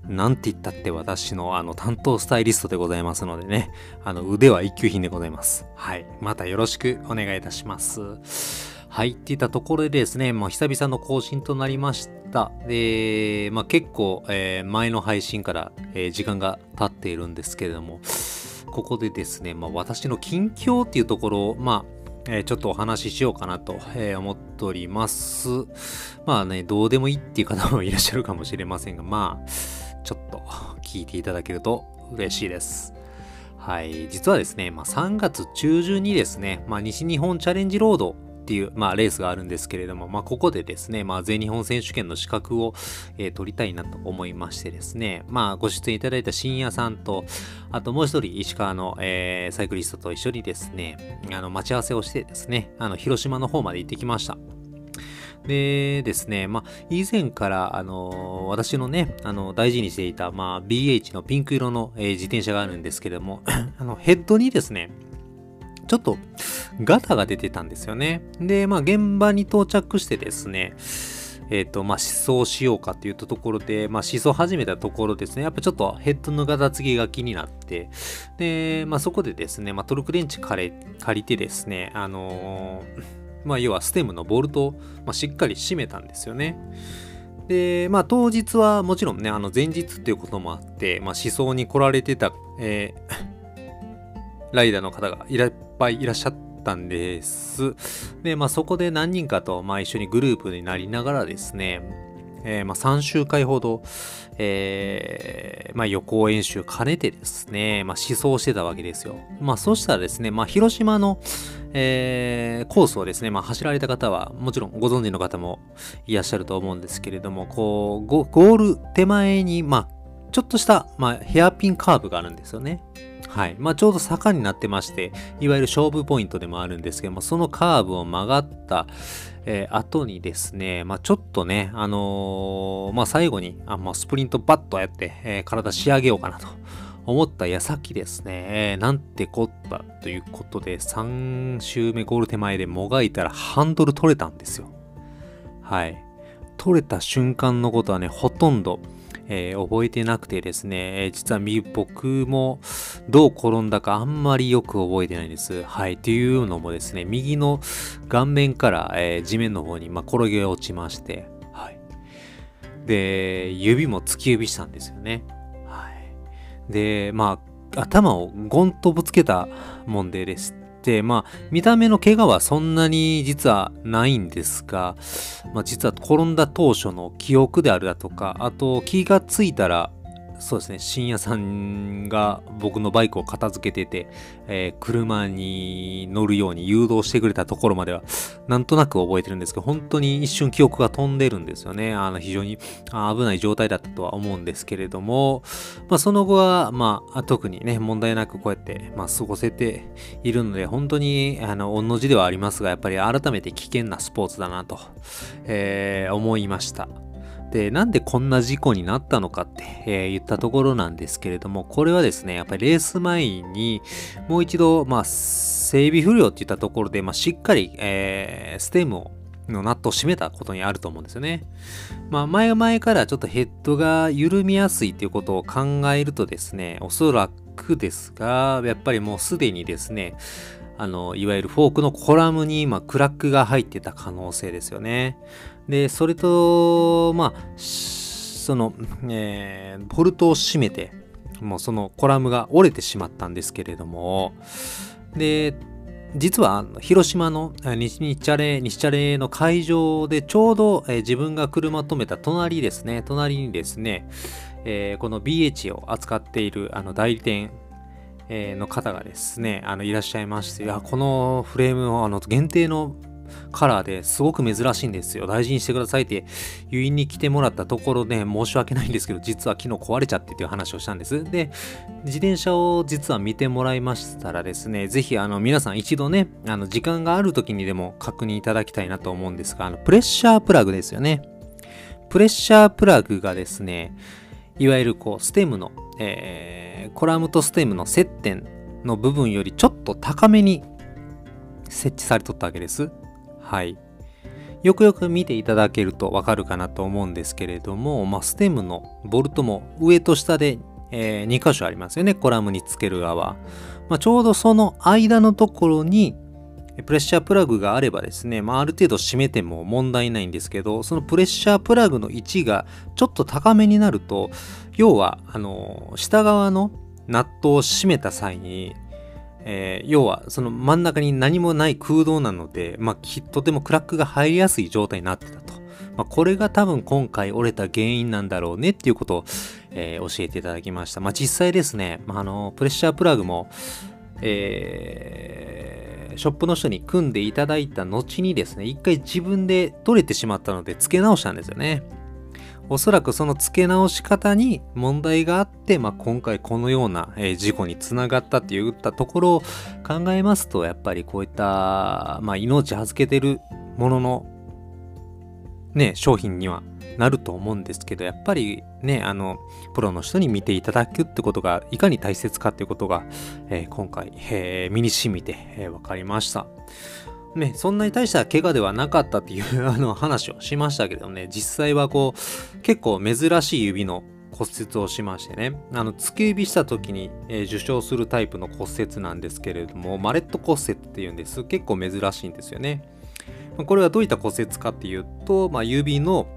なんて言ったって私の、あの、担当スタイリストでございますのでね、あの、腕は一級品でございます。はい。またよろしくお願いいたします。はい。っていったところでですね、まあ、久々の更新となりました。で、まあ、結構、えー前の配信から、えー時間が経っているんですけれども、ここでですね、まあ、私の近況っていうところを、まあ、えーちょっとお話ししようかなと、えー思っております。まあね、どうでもいいっていう方もいらっしゃるかもしれませんが、まあ、ちょっと聞いていただけると嬉しいです。はい、実はですね、まあ、3月中旬にですね、まあ、西日本チャレンジロードっていう、まあ、レースがあるんですけれども、まあ、ここでですね、まあ、全日本選手権の資格を、えー取りたいなと思いましてですね、まあ、ご出演いただいた深夜さんと、あともう一人石川の、えーサイクリストと一緒にですね、あの待ち合わせをしてですね、あの広島の方まで行ってきました。でですね、まあ、以前から、あの私のね、あの、大事にしていた、まあ、BH のピンク色の、えー自転車があるんですけれども、 *clears throat* あの、ヘッドにですね、ちょっと、ガタが出てたんですよね。で、まあ、現場に到着してですね、えっ、と、まあ、思想しようかというところで、まあ、思想始めたところですね、やっぱちょっとヘッドのガタつきが気になって、で、まあ、そこでですね、まあ、トルクレンチ借り借りてですね、あのーまあ、要はステムのボルトを、まあ、しっかり締めたんですよね。で、まあ、当日はもちろんね、あの前日っていうこともあって、まあ、思想に来られてた、えー *laughs* ライダーの方がいらいっぱいいらっしゃったんです。で、まあ、そこで何人かと、まあ、一緒にグループになりながらですね、えーまあ、3周回ほど、えーまあ、予行演習兼ねてですね、まあ、思想してたわけですよ。まあ、そうしたらですね、まあ、広島の、えーコースをですね、まあ、走られた方は、もちろんご存知の方もいらっしゃると思うんですけれども、こう、ゴゴール手前に、まあ、ちょっとした、まあ、ヘアピンカーブがあるんですよね。はい。まあ、ちょうど坂になってまして、いわゆる勝負ポイントでもあるんですけども、そのカーブを曲がった、えー後にですね、まあ、ちょっとね、あのーまあ、最後に、あまあ、スプリントバッとやって、えー体仕上げようかなと思った矢先ですね、えーなんてこったということで、3周目ゴール手前でもがいたらハンドル取れたんですよ。はい。取れた瞬間のことはね、ほとんど、えー覚えてなくてですね、えー実はみ僕もどう転んだかあんまりよく覚えてないです。はい。というのもですね、右の顔面から、えー地面の方に、まあ、転げ落ちまして、はい。で、指も突き指したんですよね。はい。で、まあ、頭をゴンとぶつけたもんでですて、まあ、見た目の怪我はそんなに実はないんですが、まあ、実は転んだ当初の記憶であるだとか、あと気がついたら、そうですね、深夜さんが僕のバイクを片付けてて、えー車に乗るように誘導してくれたところまでは、なんとなく覚えてるんですけど、本当に一瞬記憶が飛んでるんですよね。あの、非常にあー危ない状態だったとは思うんですけれども、まあ、その後は、まあ、特にね、問題なくこうやって、まあ、過ごせているので、本当に、あの、御の字ではありますが、やっぱり改めて危険なスポーツだなと、えー思いました。で、なんでこんな事故になったのかって、えー言ったところなんですけれども、これはですね、やっぱりレース前に、もう一度、まあ、整備不良っていったところで、まあ、しっかり、えーステムを、のナットを締めたことにあると思うんですよね。まあ、前々からちょっとヘッドが緩みやすいということを考えるとですね、おそらくですが、やっぱりもうすでにですね、あの、いわゆるフォークのコラムに、まあ、クラックが入ってた可能性ですよね。で、それと、まあ、しその、えーボルトを締めて、もうそのコラムが折れてしまったんですけれども、で、実はあの広島のあ西日チャレ西チャレの会場でちょうど、えー自分が車止めた隣ですね隣にですね、えーこの BH を扱っているあの代理店えーの方がですねあのいらっしゃいましていやこのフレームはあの限定のカラーですごく珍しいんですよ大事にしてくださいって言いに来てもらったところね申し訳ないんですけど実は昨日壊れちゃってっていう話をしたんですで自転車を実は見てもらいましたらですね、ぜひあの皆さん一度ね、あの時間がある時にでも確認いただきたいなと思うんですが、あのプレッシャープラグですよね。プレッシャープラグがですね、いわゆるこうステムの、えーコラムとステムの接点の部分よりちょっと高めに設置されとったわけです。はい。よくよく見ていただけるとわかるかなと思うんですけれども、まあ、ステムのボルトも上と下で、え2箇所ありますよね。コラムにつける側。まあ、ちょうどその間のところにえプレッシャープラグがあればですね、まあ、ある程度締めても問題ないんですけど、そのプレッシャープラグの位置がちょっと高めになると、要は、あの、下側のナットを締めた際に、えー要はその真ん中に何もない空洞なので、まあ、きとてもクラックが入りやすい状態になってたと。まあ、これが多分今回折れた原因なんだろうねっていうことを、えー教えていただきました。まあ、実際ですね、まあ、あのプレッシャープラグも、えーショップの人に組んでいただいた後にですね、一回自分で取れてしまったので付け直したんですよね。おそらくその付け直し方に問題があって、まあ、今回このような、えー事故につながったっていったところを考えますと、やっぱりこういった、まあ、命預けてるものの、ね、商品にはなると思うんですけど、やっぱりね、あの、プロの人に見ていただくってことが、いかに大切かっていうことが、えー今回、えー身に染みて、えー分かりました。ね、そんなに大した怪我ではなかったっていうあの話をしましたけどね、実際はこう、結構珍しい指の骨折をしましてね、あの、突き指した時に、えー受傷するタイプの骨折なんですけれども、マレット骨折っていうんです。結構珍しいんですよね。まあこれはどういった骨折かっていうと、まあ、指の、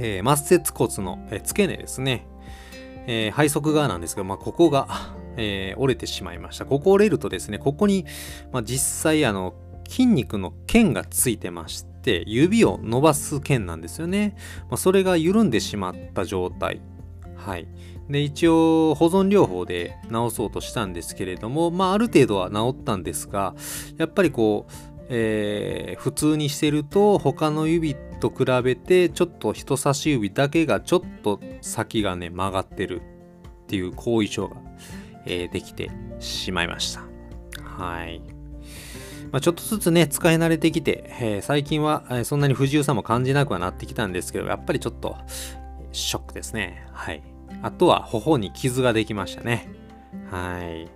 えー末節骨の、えー付け根ですね。えー背側側なんですけど、まあ、ここが、えー折れてしまいました。ここ折れるとですね、ここに、まあ、実際あの筋肉の腱がついてまして指を伸ばす腱なんですよね、まあ、それが緩んでしまった状態はいで一応保存療法で治そうとしたんですけれどもまあある程度は治ったんですがやっぱりこう、えー普通にしてると他の指と比べてちょっと人差し指だけがちょっと先がね曲がってるっていう後遺症が、えーできてしまいましたはいまあ、ちょっとずつね、使い慣れてきて、えー最近は、えーそんなに不自由さも感じなくはなってきたんですけど、やっぱりちょっと、ショックですね。はい。あとは、頬に傷ができましたね。はい。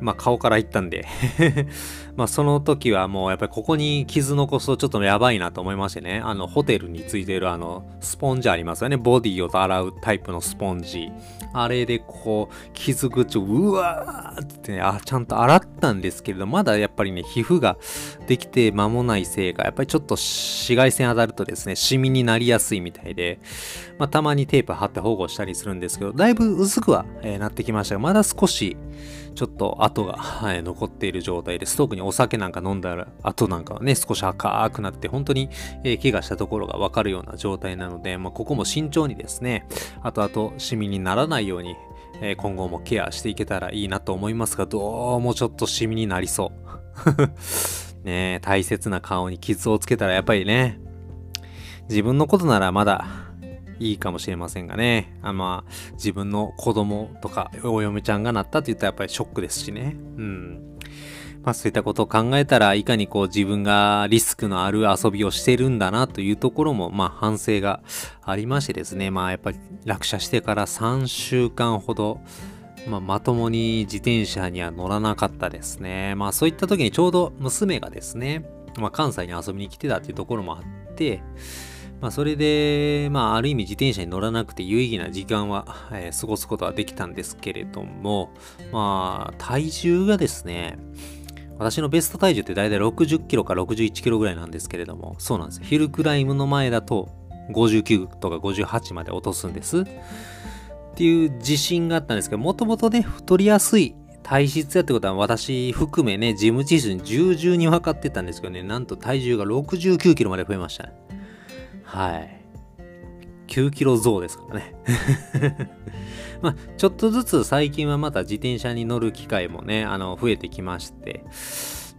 まあ、顔からいったんで。 *laughs* まあ、その時はもう、やっぱりここに傷残すとちょっとやばいなと思いましてね。あの、ホテルについてるあの、スポンジありますよね。ボディを洗うタイプのスポンジ。あれでこう、傷口をうわーってね、あ、ちゃんと洗ったんですけれど、まだやっぱりね、皮膚ができて間もないせいか、やっぱりちょっと紫外線当たるとですね、シミになりやすいみたいで、まあ、たまにテープ貼って保護したりするんですけど、だいぶ薄くは、えーなってきましたが、まだ少し、ちょっと跡が、はい、残っている状態です。特にお酒なんか飲んだら跡なんかはね、少し赤くなって、本当に、えー怪我したところがわかるような状態なので、まあ、ここも慎重にですね、後々シミにならないように、えー今後もケアしていけたらいいなと思いますが、どうもちょっとシミになりそう。 *laughs* ねえ、大切な顔に傷をつけたらやっぱりね、自分のことならまだいいかもしれませんがね。あまあ、自分の子供とかお嫁ちゃんがなったって言ったらやっぱりショックですしね。うん。まあそういったことを考えたらいかにこう自分がリスクのある遊びをしてるんだなというところもまあ反省がありましてですね。まあやっぱり落車してから3週間ほどまあ、まともに自転車には乗らなかったですね。まあそういった時にちょうど娘がですね、まあ関西に遊びに来てたっていうところもあって、まあそれで、まあある意味自転車に乗らなくて有意義な時間は、えー過ごすことはできたんですけれども、まあ体重がですね、私のベスト体重って大体60キロから61キロぐらいなんですけれども、そうなんですよ。ヒルクライムの前だと59とか58まで落とすんです。っていう自信があったんですけど、もともとね、太りやすい体質やってことは私含めね、ジム自身重々に分かってたんですけどね、なんと体重が69キロまで増えましたね。はい。9キロ増ですからね。まあ、ちょっとずつ最近はまた自転車に乗る機会もね、あの、増えてきまして、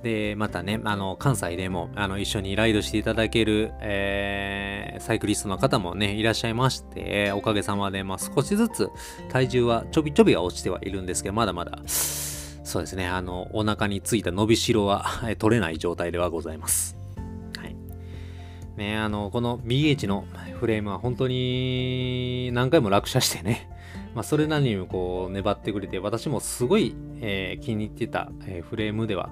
で、またね、あの、関西でも、あの、一緒にライドしていただける、えーサイクリストの方もね、いらっしゃいまして、おかげさまで、まあ、少しずつ体重はちょびちょびは落ちてはいるんですけど、まだまだ、そうですね、あの、お腹についた伸びしろはえー取れない状態ではございます。はい。ね、あの、この BH のフレームは本当に何回も落車してね、まあ、それなりにもこう粘ってくれて、私もすごい、えー気に入ってた、えーフレームでは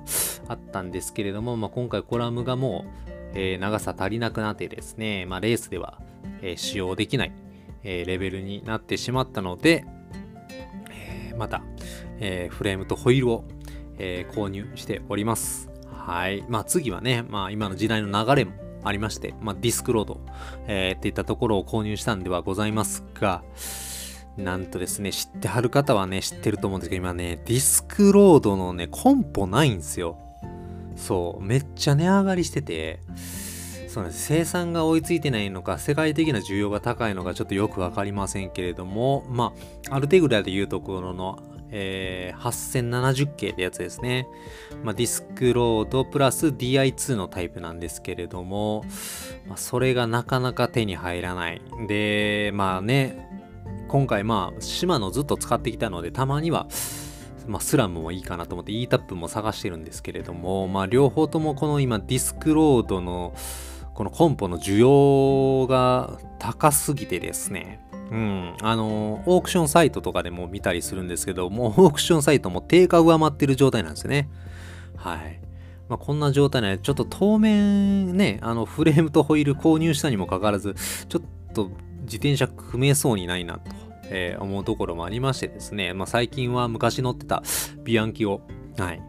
あったんですけれども、まあ、今回コラムがもう、えー長さ足りなくなってですね、まあ、レースでは、えー使用できない、えーレベルになってしまったので、えーまた、えーフレームとホイールを、えー購入しております。はい。まあ次はね、まあ今の時代の流れもありまして、まあディスクロード、えーっていったところを購入したんではございますが、なんとですね、知ってはる方はね、知ってると思うんですけど、今ね、ディスクロードのね、コンポないんですよ。そう、めっちゃ値上がりしてて、そうなんです生産が追いついてないのか、世界的な需要が高いのか、ちょっとよくわかりませんけれども、まあ、ある程度ぐらいで言うところの、えー8070系ってやつですね。まあ、ディスクロードプラス DI2 のタイプなんですけれども、まあ、それがなかなか手に入らない。で、まあね、今回まあ島のずっと使ってきたのでたまにはまあスラムもいいかなと思って E タップも探してるんですけれどもまあ両方ともこの今ディスクロードのこのコンポの需要が高すぎてですねうんあのオークションサイトとかでも見たりするんですけどもうオークションサイトも定価上回ってる状態なんですよねはいまあ、こんな状態なので、ちょっと当面ね、あのフレームとホイール購入したにもかかわらず、ちょっと自転車組めそうにないなと、えー思うところもありましてですね、まあ、最近は昔乗ってたビアンキを、はい、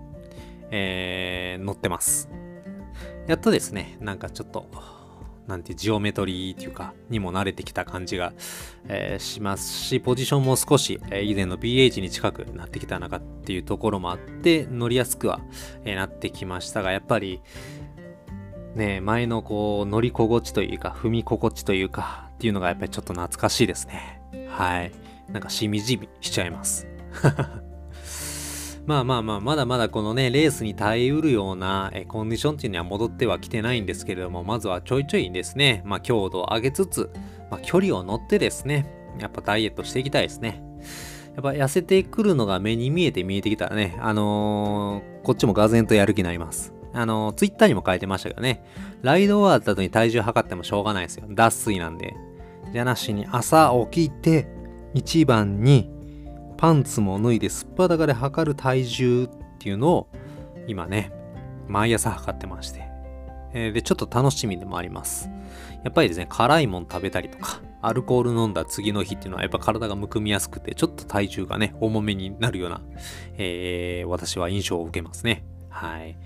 えー乗ってます。やっとですね、なんかちょっと、なんていうジオメトリーっていうか、にも慣れてきた感じが、えーしますし、ポジションも少し、えー以前の BH に近くなってきた中っていうところもあって、乗りやすくは、えーなってきましたが、やっぱり、ね、前のこう乗り心地というか踏み心地というかっていうのがやっぱりちょっと懐かしいですねはいなんかしみじみしちゃいます *laughs* まあまあまあまだまだこのねレースに耐えうるようなえコンディションっていうのは戻ってはきてないんですけれどもまずはちょいちょいですね、まあ、強度を上げつつ、まあ、距離を乗ってですねやっぱダイエットしていきたいですねやっぱ痩せてくるのが目に見えて見えてきたらね、あのーこっちもがぜんとやる気になります。あのーツイッターにも書いてましたけどね、ライド終わった後に体重測ってもしょうがないですよ。脱水なんで。じゃなしに朝起きて、一番にパンツも脱いですっぱだかで測る体重っていうのを今ね、毎朝測ってまして。えーで、ちょっと楽しみでもあります。やっぱりですね、辛いもん食べたりとか、アルコール飲んだ次の日っていうのはやっぱ体がむくみやすくて、ちょっと体重がね、重めになるような、えー私は印象を受けますね。はい。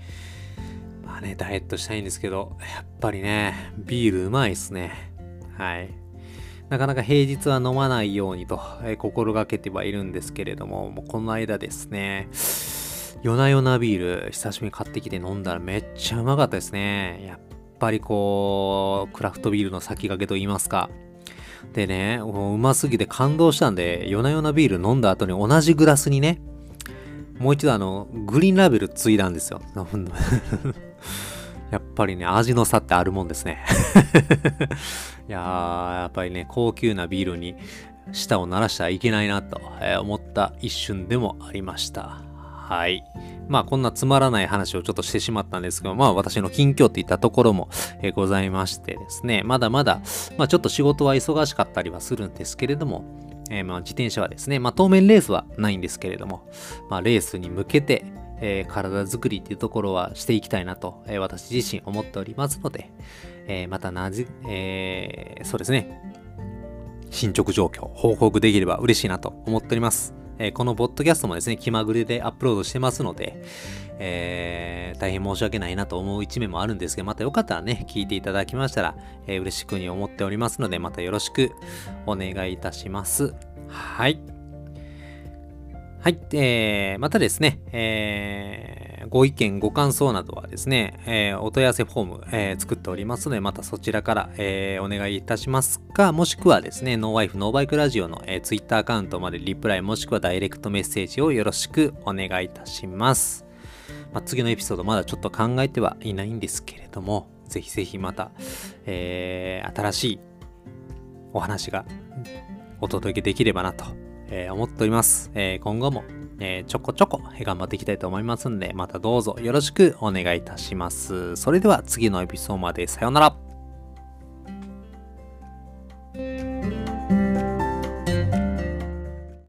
まあね、ダイエットしたいんですけど、やっぱりね、ビールうまいっすね。はい。なかなか平日は飲まないようにと、えー心がけてはいるんですけれども、もうこの間ですね、夜な夜なビール、久しぶりに買ってきて飲んだらめっちゃうまかったですね。やっぱりこう、クラフトビールの先駆けと言いますか。でね、もううますぎて感動したんで、夜な夜なビール飲んだ後に同じグラスにね、もう一度あの、グリーンラベルついだんですよ。 *laughs* やっぱりね、味の差ってあるもんですね。 *laughs* いやー、やっぱりね、高級なビールに舌を鳴らしてはいけないなとえー思った一瞬でもありました。はい。まあ、こんなつまらない話をちょっとしてしまったんですが、まあ、私の近況っていったところも、えーございましてですね、まだまだ、まあ、ちょっと仕事は忙しかったりはするんですけれども、えーまあ、自転車はですね、まあ、当面レースはないんですけれども、まあ、レースに向けて、えー体作りっていうところはしていきたいなと、えー私自身思っておりますので、えーまたなじ、えーそうですね、進捗状況、報告できれば嬉しいなと思っております。えーこのポッドキャストもですね、気まぐれでアップロードしてますので、えー大変申し訳ないなと思う一面もあるんですけど、またよかったらね、聞いていただきましたら、えー嬉しくに思っておりますので、またよろしくお願いいたします。はい。はい。えー、またですね、えー、ご意見、ご感想などはですね、えーお問い合わせフォーム、えー作っておりますので、またそちらから、えーお願いいたしますか、もしくはですね、ノーワイフ、ノーバイクラジオの、えー、ツイッターアカウントまでリプライ、もしくはダイレクトメッセージをよろしくお願いいたします。まあ、次のエピソードまだちょっと考えてはいないんですけれども、ぜひぜひまた、えー新しいお話がお届けできればなと、えー思っております。えー今後も、えーちょこちょこえー頑張っていきたいと思いますんで、またどうぞよろしくお願いいたします。それでは次のエピソードまでさようなら。